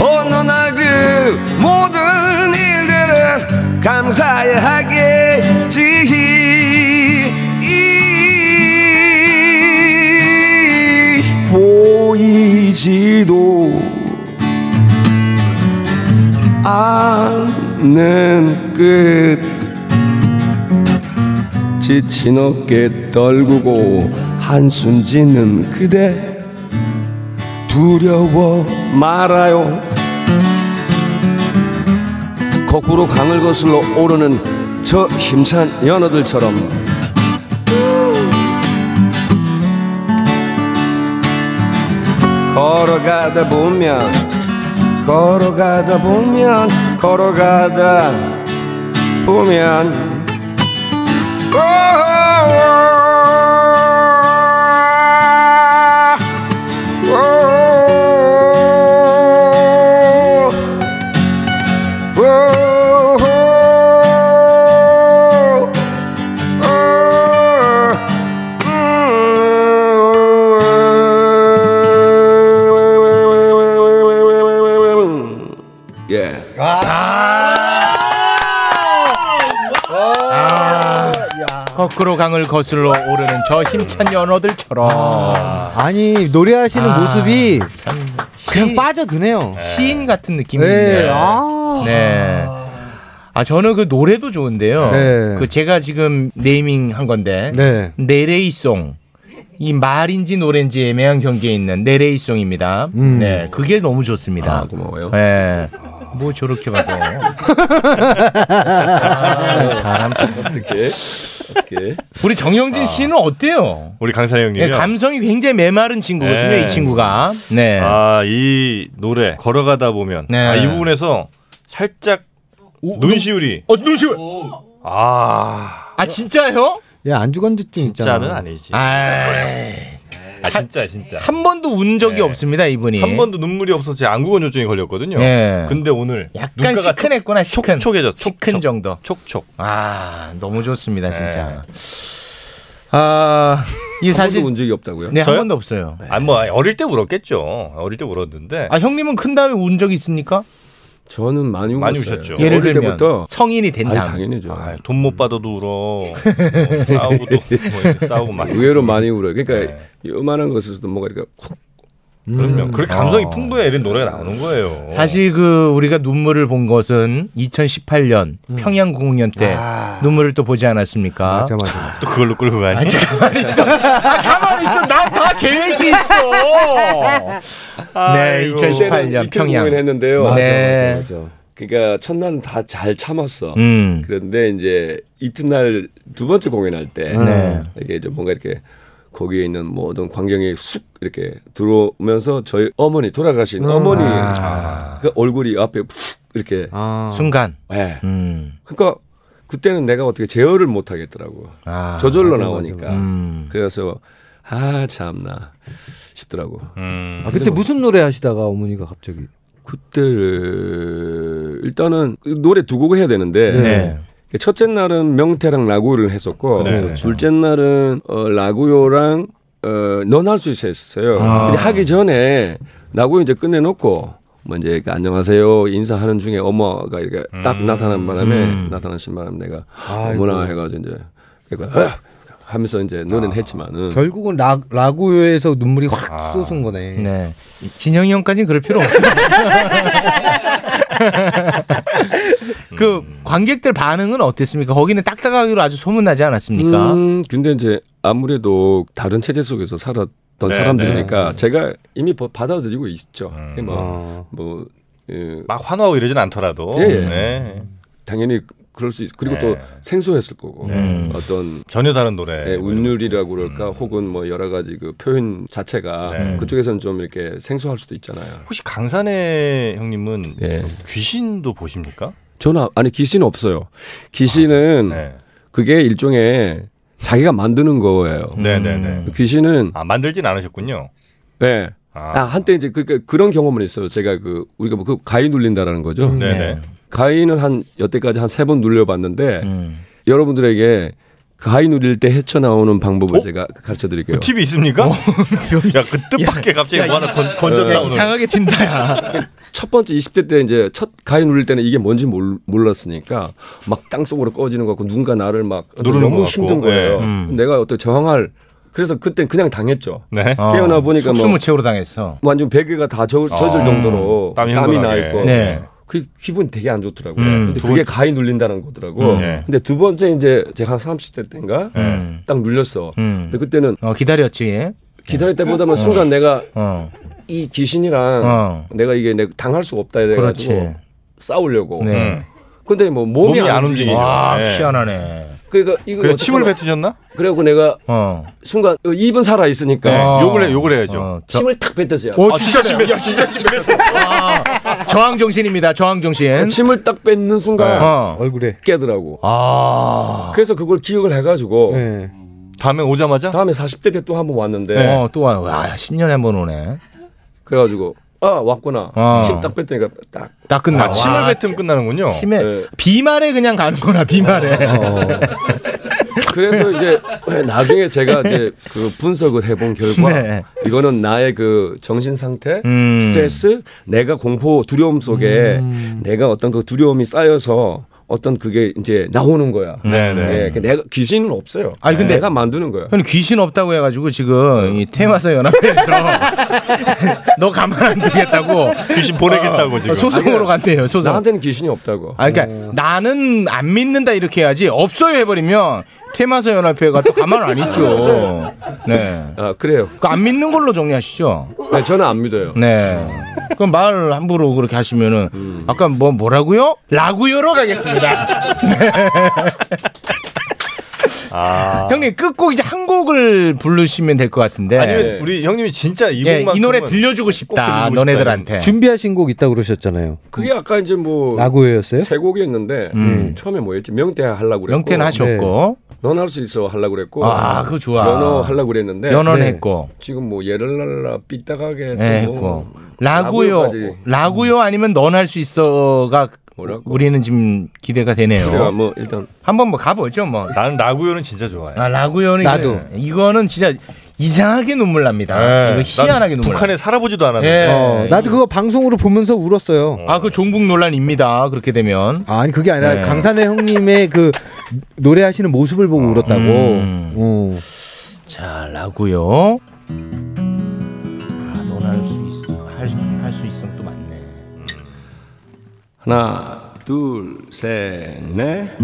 K: 어느 날 그 모든 일들은 감사해야 하겠지 보이지도 않는 끝 지친 어깨 떨구고 한숨 짓는 그대 두려워 말아요 거꾸로 강을 거슬러 오르는 저 힘찬 연어들처럼 걸어가다 보면 걸어가다 보면 걸어가다 보면 예, 예.
F: 거꾸로 강을 거슬러 오르는 저 힘찬 연어들처럼
I: 아니 노래하시는
F: 아,
I: 모습이 그냥 빠져드네요.
F: 시인 같은 느낌이
I: 네,
F: 있네요.
I: 아.
F: 네. 아 저는 그 노래도 좋은데요.
I: 네.
F: 그 제가 지금 네이밍 한 건데
I: 네.
F: 네레이송 이 말인지 노래인지 애매한 경계에 있는 네레이송입니다.
I: 음.
F: 네, 그게 너무 좋습니다. 아, 고마워요. 네. 뭐 저렇게 봐도 아, 사람 참
U: 어떻게? 어떻게?
F: 우리 정영진 씨는 어때요?
G: 우리 강산이 형님요.
F: 네, 감성이 굉장히 메마른 친구거든요.
G: 네.
F: 이 친구가. 네.
G: 아, 이 노래 걸어가다 보면
F: 네.
G: 아, 이 부분에서 살짝 눈시울이.
F: 어 눈시울.
G: 아.
F: 아 진짜요?
I: 야 예, 안주건조증 있잖아.
G: 진짜는 아니지. 아 진짜 진짜. 예.
F: 한 번도 운 적이 없습니다 이분이.
G: 한 번도 눈물이 없어서 제 안구건조증이 걸렸거든요.
F: 예.
G: 근데 오늘
F: 약간 시큰했구나 시큰.
G: 촉촉해졌.
F: 시큰 정도.
G: 촉촉.
F: 아 너무 좋습니다 진짜. 아, 이 사실
K: 운 적이 없다고요?
F: 네, 한 저요? 번도 없어요.
G: 아, 뭐 어릴 때 울었겠죠. 어릴 때 울었는데.
F: 아 형님은 큰 다음에 운 적이 있습니까?
K: 저는 많이
G: 많이
K: 울었어요.
G: 우셨죠.
F: 예를
K: 어릴
F: 들면
K: 때부터
F: 성인이 된
K: 아니,
F: 다음.
K: 당연히죠.
G: 돈 못 받아도 울어. 뭐 싸우고 또 뭐 이렇게 싸우고 막.
K: 의외로 많이 울어요. 그러니까 요만한 것에서도 뭔가 이렇게 콕
G: 음.
K: 음.
G: 그럼요. 그렇게 감성이
K: 아.
F: 어.
G: 풍부해 이런 노래가 나오는 거예요.
F: 사실 그 우리가 눈물을 본 것은 2018년 평양 공연 때 눈물을 또 보지 않았습니까? 맞아
I: 맞아.
G: 또 그걸로 끌고 가니?
F: 아, 잠깐만 있어. 가만히 있어. 난 다 계획이 있어. 네,
K: 음.
F: 2018년 평양.
K: 했는데요.
F: 네.
K: 그러니까 첫날은 다 잘 참았어.
F: 음.
K: 그런데 이제 이튿날 두 번째 공연할 때
F: 네.
K: 이게 이제 뭔가 이렇게 거기에 있는 모든 광경이 쑥 이렇게 들어오면서 저희 어머니 돌아가신 어머니 그 얼굴이 앞에 푹 이렇게
F: 순간.
K: 네.
F: 아. 음.
K: 그러니까 그때는 내가 어떻게 제어를 못 하겠더라고. 저절로
I: 맞아, 음.
K: 나오니까.
I: 맞아.
K: 그래서 아 참나 싶더라고.
I: 아, 그때 무슨 노래 하시다가 어머니가 갑자기
K: 그때 일단은 그 노래 두 곡을 해야 되는데
I: 네.
K: 첫째 날은 명태랑 라구요를 했었고
I: 네.
K: 둘째 날은 어, 라구요랑 어, 넌 할 수 있어 했어요.
I: 아.
K: 근데 하기 전에 라구요 이제 끝내놓고 뭐 이제 이렇게 안녕하세요 인사하는 중에 어머가 이렇게 딱 나타난 바람에
I: 음.
K: 나타나신 바람에 내가
I: 아이고.
K: 어머나 해가지고 이제 그러니까 하면서 이제 노래는 했지만은
I: 아. 결국은 라, 라구요에서 눈물이 확 쏟은 거네.
F: 아. 네. 진영이 형까지는 그럴 필요 없어요. 그 관객들 반응은 어땠습니까? 거기는 딱딱하기로 아주 소문나지 않았습니까?
K: 음, 근데 이제 아무래도 다른 체제 속에서 살았던
F: 네,
K: 사람들이니까
F: 네. 음.
K: 제가 이미 버- 받아들이고 있죠. 뭐,
G: 어.
K: 뭐, 예.
G: 막 화나고 이러진 않더라도.
K: 예, 예.
G: 네.
K: 당연히 그럴 수 있. 그리고
G: 네.
K: 또 생소했을 거고 음.
G: 네.
K: 어떤
G: 전혀 다른 노래.
F: 네.
K: 예, 운율이라고 그럴까
F: 음.
K: 혹은 뭐 여러 가지 그 표현 자체가
G: 네.
K: 그쪽에서는 좀 이렇게 생소할 수도 있잖아요.
G: 혹시 강산의 형님은
K: 예.
G: 귀신도 보십니까?
K: 저는 아- 아니 귀신 없어요. 귀신은
F: 아, 네.
G: 네.
K: 그게 일종의 자기가 만드는 거예요.
F: 음.
G: 네, 네, 네.
K: 귀신은
G: 아 만들진 않으셨군요.
K: 네.
G: 아.
K: 아, 한때 이제 그, 그, 그런 경험은 있어요. 제가 그 우리가 뭐그 가위 눌린다라는 거죠.
G: 음, 네네.
K: 가위는 한 여태까지 한 세 번 눌려봤는데
G: 음.
K: 여러분들에게 가위 누릴 때 헤쳐나오는 방법을 제가 가르쳐 드릴게요.
G: 어? 그 팁이
K: 어.
G: 있습니까? 야그 뜻밖의 갑자기 뭐 하나 건,
F: 네,
G: 건져 나오는.
K: 진다야. 첫 번째 20대 때 이제 첫 가위 눌릴 때는 이게 뭔지 몰, 몰랐으니까 막 땅속으로 꺼지는 것 같고 누군가 나를 막
G: 누르는 것
K: 너무
G: 같고.
K: 힘든 거예요.
G: 네. 음.
K: 내가 어떻게 저항할 그래서 그땐 그냥 당했죠.
G: 네.
K: 깨어나 보니까 뭐
F: 숨을 채우러 당했어.
K: 완전 베개가 다 젖,
F: 어.
K: 젖을 정도로
F: 음, 땀이
K: 땀이, 나
F: 흥건하게.
K: 있고
F: 네.
K: 그 기분 되게 안 좋더라고요.
F: 음,
K: 근데
F: 두
K: 그게
F: 번-
K: 가위 눌린다는 거더라고.
F: 음, 네.
K: 근데 두 번째 이제 제가 한 30대 때인가
F: 음.
K: 딱 눌렸어.
F: 음.
K: 근데 그때는
F: 어, 기다렸지.
K: 기다릴 때보다는
F: 어.
K: 순간 내가
F: 어.
K: 이 귀신이랑
F: 어.
K: 내가 이게 내가 당할 수가 없다 해가지고
F: 그렇지.
K: 싸우려고.
G: 음.
F: 네.
K: 근데 뭐 몸이, 안 움직이죠.
F: 와, 아, 희한하네.
K: 그러니까 이거
F: 그래서 침을
G: 뱉으셨나?
K: 그래갖고 내가
F: 어.
K: 순간 어, 입은 살아 있으니까
F: 네. 욕을 해- 욕을 해야죠. 아, 어, 저-
K: 침을 탁 뱉었어요.
F: 오, 진짜 침뱉 야, 진짜 침뱉 저항 정신입니다. 저항
K: 아,
F: 정신. 어,
K: 침을 딱 뱉는
F: 네.
K: 순간
I: 얼굴에
K: 깨더라고.
F: 아.
K: 그래서 그걸 기억을 해가지고
F: 네.
I: 예.
G: 다음에 오자마자
K: 다음에 40대 때 또 한 번 왔는데
F: 어, 또 와. 와, 10년에 한 번 오네.
K: 그래가지고 아 왔구나.
F: 어.
K: 침 딱 뱉으니까 딱.
F: 딱 끝나.
K: 아, 침을 뱉으면
G: 끝나는군요.
F: 침에
K: 네.
F: 비말에 그냥 가는구나.
K: 아.
F: 비말에.
K: 그래서 이제 나중에 제가 이제 그 분석을 해본 결과
F: 네.
K: 이거는 나의 그 정신 상태,
F: 음.
K: 스트레스, 내가 공포, 두려움 속에 내가 어떤 그 두려움이 쌓여서 어떤 그게 이제 나오는 거야.
F: 네, 네.
K: 예, 그 내가 귀신은 없어요.
F: 아니, 근데
K: 내가 만드는 거야.
F: 형님 귀신 없다고 해가지고 지금 이 테마사 연합회에서 너 가만 안 두겠다고
G: 귀신 보내겠다고
F: 어,
G: 지금.
F: 소송으로 간대요. 소송.
K: 나한테는 어. 귀신이 없다고.
F: 아, 그러니까 나는 안 믿는다 이렇게 해야지 없어요 해버리면 테마사 연합회가 또 가만 안 있죠. 네.
K: 아 그래요.
F: 안 믿는 걸로 정리하시죠.
K: 네, 저는 안 믿어요.
F: 네. 그럼 말 함부로 그렇게 하시면은 아까 뭐 뭐라고요? 라구요로 가겠습니다. 네. 형님 끝곡 이제 한 곡을 부르시면 될 것 같은데.
V: 아니면
G: 우리 형님이 진짜 이
F: 예,
V: 곡만큼은
F: 이 노래
V: 꼭
F: 들려주고 싶다. 너네들한테.
I: 준비하신 곡 있다 고 그러셨잖아요.
W: 그게 아까 이제 뭐
I: 라고였어요?
W: 세 곡이었는데
I: 음.
W: 처음에 뭐였지 명태 하려고 그랬고
I: 명태는 하셨고.
W: 넌 할 수 있어 하려고 그랬고
F: 아, 그거 좋아.
W: 연어 하려고 그랬는데
F: 연어는 네. 했고.
W: 지금 뭐 예를랄라 삐딱하게
F: 예,
W: 또
F: 했고.
W: 뭐
F: 라고요.
W: 라고요까지.
F: 라고요 아니면 넌 할 수 있어가 우리는 지금 기대가 되네요.
W: 그래요, 뭐 일단
F: 한번 뭐 가보죠 뭐.
G: 나는 라구요는 진짜 좋아해.
F: 아 라구요는
G: 나도.
F: 이거- 이거는 진짜 이상하게 눈물 납니다. 아,
G: 예,
F: 이거 희한하게
G: 난
F: 네. 눈물.
G: 북한에 살아보지도 않았는데.
F: 예.
I: 어, 나도 그거 방송으로 보면서 울었어요.
F: 아 그 종북 논란입니다. 그렇게 되면.
I: 아, 니 그게 아니라
F: 네.
I: 강산의 형님의 그 노래하시는 모습을 보고 울었다고.
F: 어. 음.
I: 어.
F: 자 라고요. 아, 넌할수 있어. 할수 있으면 또 맞네.
W: 하나 둘셋넷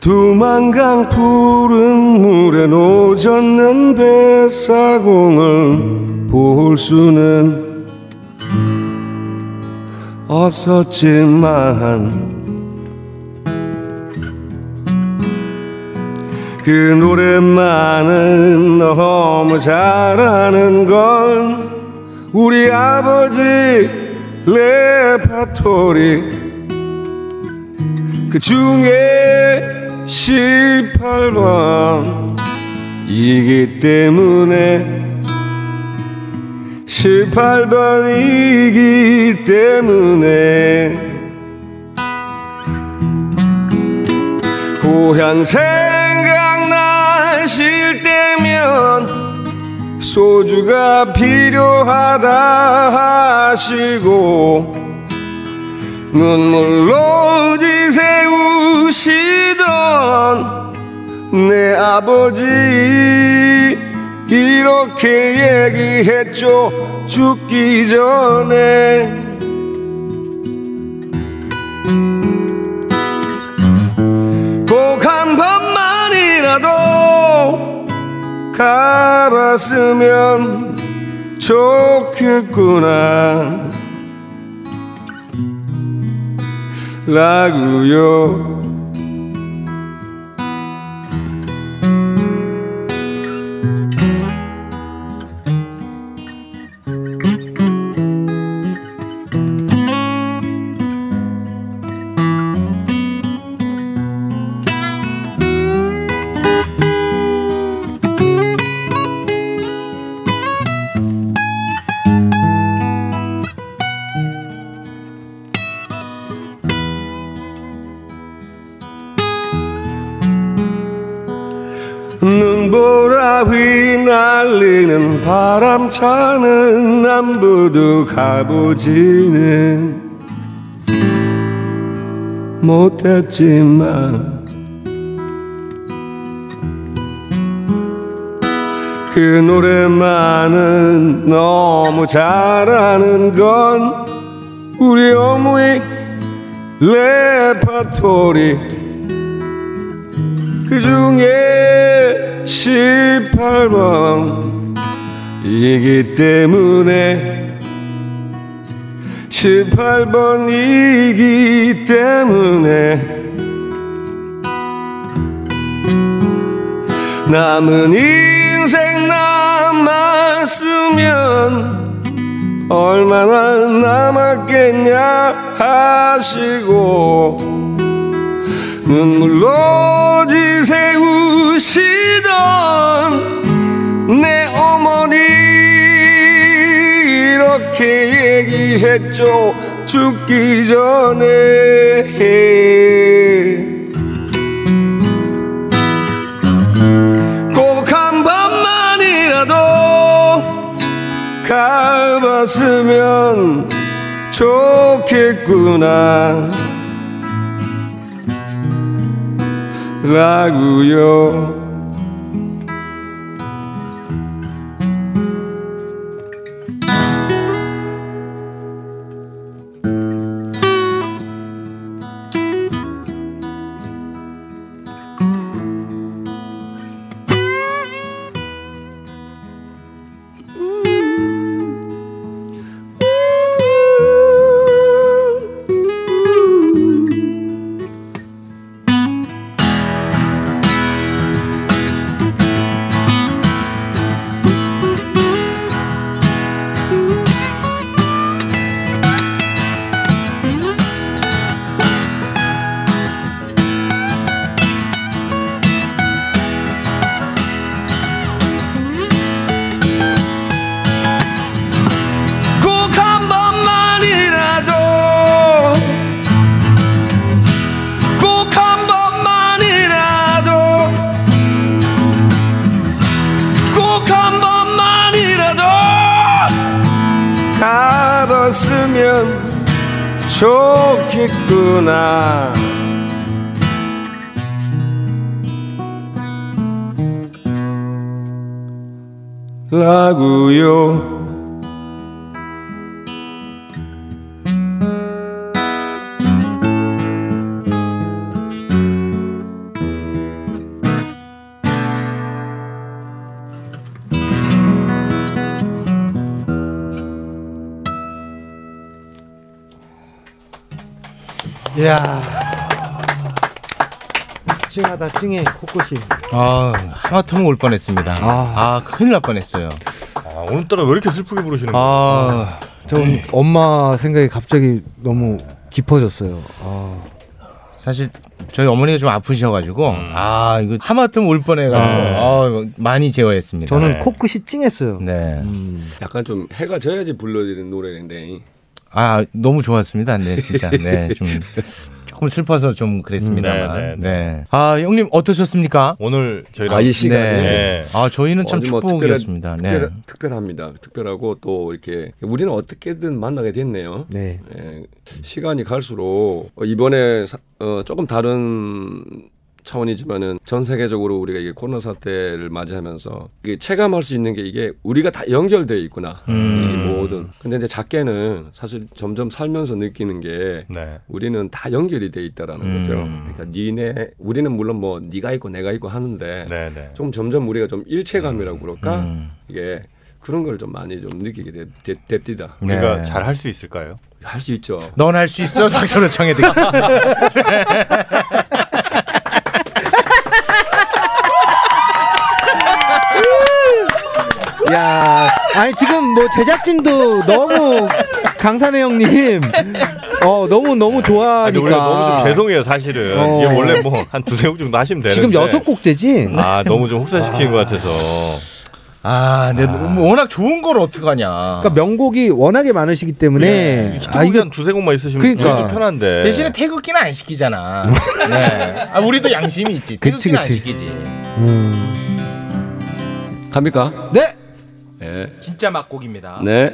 K: 두만강 푸른 물에 노젓는 뱃사공을 볼 수는 없었지만 그 노래만은 너무 잘하는 건 우리 아버지 레파토리 그 중에 18번 이기 때문에 18번이기 때문에 고향 생각나실 때면 소주가 필요하다 하시고 눈물로 지새우시던 내 아버지 이렇게 얘기했죠 죽기 전에 꼭 한 번만이라도 가봤으면 좋겠구나 라구요 눈보라 휘날리는 바람 차는 남부도 가보지는 못했지만 그 노래만은 너무 잘하는 건 우리 어머니 레파토리 그 중에 18번 이기 때문에 18번 이기 때문에 남은 인생 남았으면 얼마나 남았겠냐 하시고 눈물로 지새우시던 내 어머니 이렇게 얘기했죠 죽기 전에 꼭 한 번만이라도 가봤으면 좋겠구나 라구요 있으면 좋겠구나 라고요
I: 이야. 찡하다 찡해 코끝이.
F: 아, 하마터면 올 뻔했습니다. 아, 큰일 날 뻔했어요.
G: 아, 오늘따라 왜 이렇게 슬프게 부르시는
I: 아, 저
G: 네.
I: 엄마 생각이 갑자기 너무 깊어졌어요. 아.
F: 사실 저희 어머니가 좀 아프셔가지고 아 이거 하마터면 올 뻔해가지고
O: 네.
F: 아, 이거 많이 재워했습니다.
G: 네.
O: 저는
I: 코끝이 찡했어요.
F: 네.
O: 약간 좀 해가 져야지 불러야 되는 노래인데
F: 아 너무 좋았습니다. 네 진짜 네좀 조금 슬퍼서 좀 그랬습니다만.
O: 네,
F: 네,
O: 네,
F: 아 형님 어떠셨습니까?
G: 오늘 저희랑 예.
O: 아, 이 시간이
F: 아 저희는 참
O: 아주 뭐
F: 축복이었습니다.
O: 특별하,
F: 네.
O: 합니다 특별하고 또 이렇게 우리는 어떻게든 만나게 됐네요.
I: 네.
O: 예, 시간이 갈수록 어, 이번에 사- 어, 조금 다른 차원이지만은 전 세계적으로 우리가 이게 코로나 사태를 맞이하면서 이게 체감할 수 있는 게 이게 우리가 다 연결돼 있구나 이
G: 음.
O: 모든 근데 이제 작게는 사실 점점 살면서 느끼는 게
G: 네.
O: 우리는 다 연결이 돼 있다라는
G: 음.
O: 거죠 그러니까 니네 우리는 물론 뭐 네가 있고 내가 있고 하는데
G: 네.
O: 좀 점점 우리가 좀
G: 음.
O: 일체감이라고 그럴까 이게 그런 걸 좀 많이 좀 느끼게 되- 되- 됩디다.
G: 네. 우리가 잘 할 수 있을까요?
O: 할 수 있죠.
F: 넌 할 수 있어 박수로 청해드리겠습니다.
I: 야, 아니 지금 뭐 제작진도 너무 강산해 형님, 어 너무 너무 좋아하니까.
G: 아니, 우리가 너무 좀 죄송해요, 사실은.
I: 어.
G: 이게 원래 뭐 한 두세 곡 정도 하시면 되는데.
I: 지금 여섯 곡째지?
G: 아, 너무 좀 혹사시킨 것 같아서.
F: 아, 근데 워낙 좋은 걸 어떡하냐.
I: 그러니까 명곡이 워낙에 많으시기
G: 네.
I: 때문에 아 이거
G: 두세 곡만 있으시면
I: 그러니까
G: 편한데.
F: 네. 대신에 태극기는 안 시키잖아. 네. 아, 우리도 양심이 있지.
I: 그치,
F: 태극기는 안
I: 그치.
F: 시키지.
O: 갑니까?
I: 네.
O: 네.
F: 진짜 막곡입니다.
O: 네.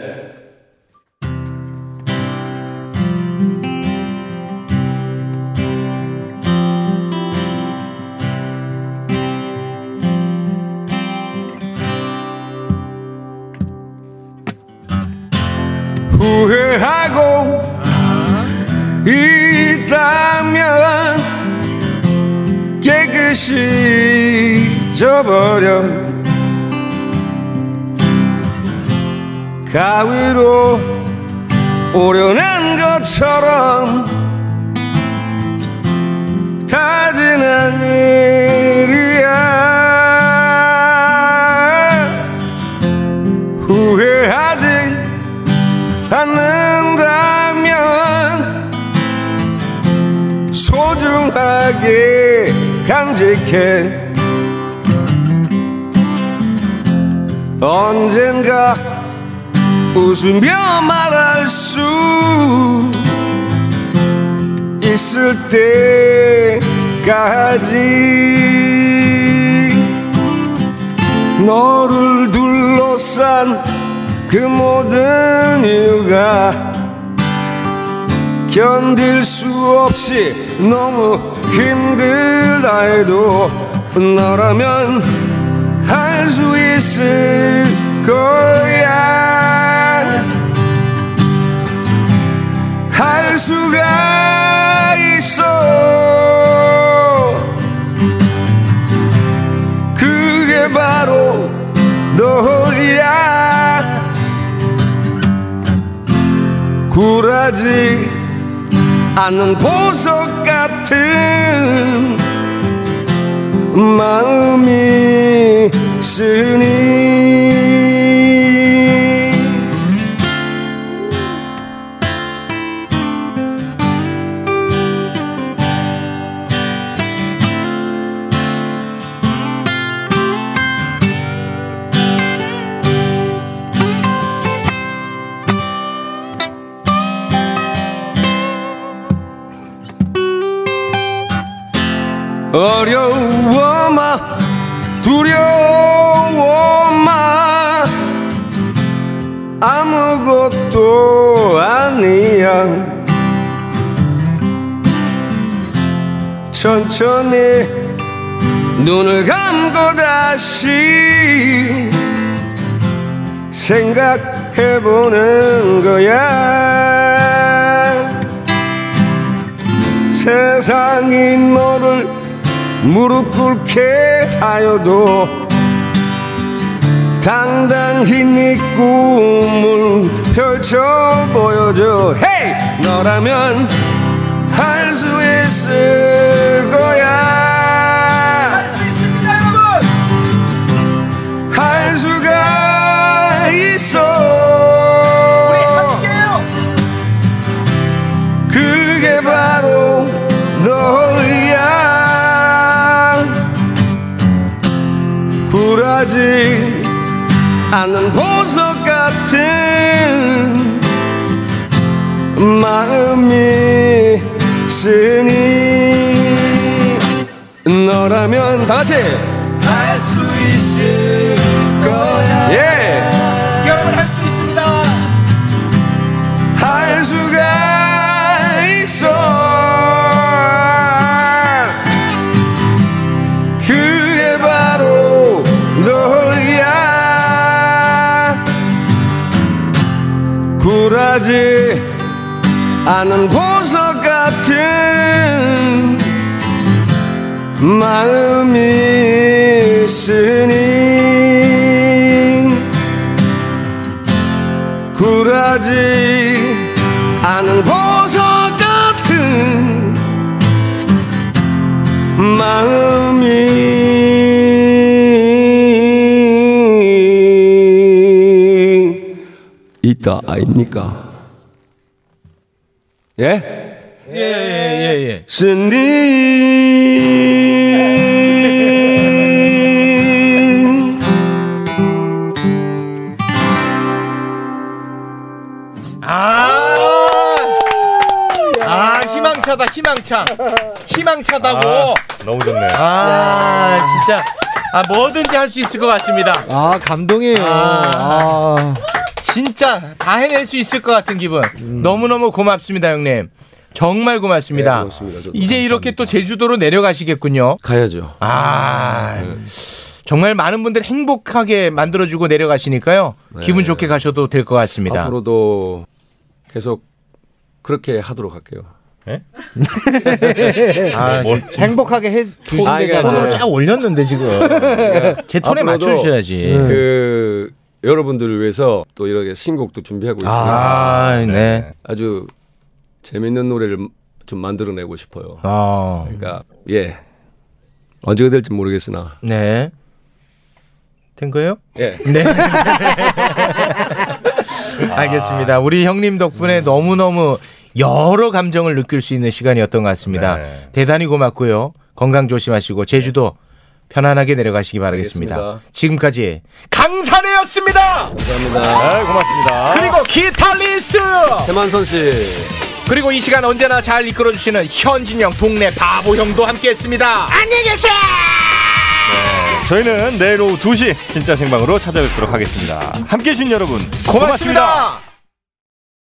K: 후회하고 있다면 깨끗이 잊어버려 가위로 오려낸 것처럼 다 지난 일이야 후회하지 않는다면 소중하게 간직해 언젠가 웃으며 말할 수 있을 때까지 너를 둘러싼 그 모든 이유가 견딜 수 없이 너무 힘들다 해도 너라면 할 수 있을 거야 할 수가 있어 그게 바로 너야 굴하지 않는 보석 같은 마음이 있으니 어려워마 두려워마 아무것도 안 천천히 눈을 감고 다시 생각해보는 거야 세상이 너를 무릎 꿇게 하여도 당당히 네 꿈을 펼쳐 보여줘 헤이 너라면 할 수 있을 거야 할 수가 있어 우리 함께요 그게 바로 너야 굴하지 않는 보석 같은 마음이 있으니 너라면 다 같이
O: 할 수 있을 거야.
K: 예.
O: 여러분 할 수 있습니다.
K: 할 수가 있어 그게 바로 너야 굴하지 않은 보석 같은 마음이 있으니 굴하지 않은 보석 같은 마음이 있다 아닙니까? 예?
F: 예예예.
K: 스님
F: 아, 아 희망차다 희망차. 희망차다고.
G: 너무 좋네요.
F: 아 진짜 아 뭐든지 할 수 있을 것 같습니다.
I: 아 감동이에요.
F: 아. 진짜 다 해낼 수 있을 것 같은 기분.
X: 음.
F: 너무너무 고맙습니다, 형님. 정말
X: 네,
K: 네,
F: 고맙습니다. 이제 이렇게 또 제주도로 내려가시겠군요.
X: 가야죠.
F: 아.
X: 네.
F: 정말 많은 분들 행복하게 만들어주고 내려가시니까요. 기분 좋게 가셔도 될 것 같습니다.
X: 네. 앞으로도 계속 그렇게 하도록 할게요.
F: 아, 뭘-
I: 행복하게 해
F: 아,
I: 주시는
F: 그러니까
G: 뭐
I: 거잖아요.
F: 손으로 쫙 올렸는데 지금 제
X: 네. 앞으로도 네,
F: 톤에 맞춰주셔야지.
X: 그 여러분들을 위해서 또 이렇게 신곡도 준비하고 있습니다.
F: 아, 네.
X: 아주 재밌는 노래를 좀 만들어내고 싶어요.
F: 아.
X: 그러니까 예 언제가 될지 모르겠으나
F: 네. 된 거예요?
X: 예.
F: 네. 아. 알겠습니다. 우리 형님 덕분에
X: 음.
F: 너무너무 여러 감정을 느낄 수 있는 시간이었던 것 같습니다.
X: 네.
F: 대단히 고맙고요. 건강 조심하시고 제주도 편안하게 내려가시기 바라겠습니다.
X: 네. 알겠습니다.
F: 지금까지 강산해였습니다.
X: 감사합니다.
G: 아, 고맙습니다.
F: 그리고 기타리스트
X: 해만선 씨.
F: 그리고 이 시간 언제나 잘 이끌어주시는 현진영 동네 바보 형도 함께했습니다. 안녕히 계세요.
G: 저희는 내일 오후 2시 진짜 생방으로 찾아뵙도록 하겠습니다. 함께 해주신 여러분 고맙습니다.
F: 고맙습니다.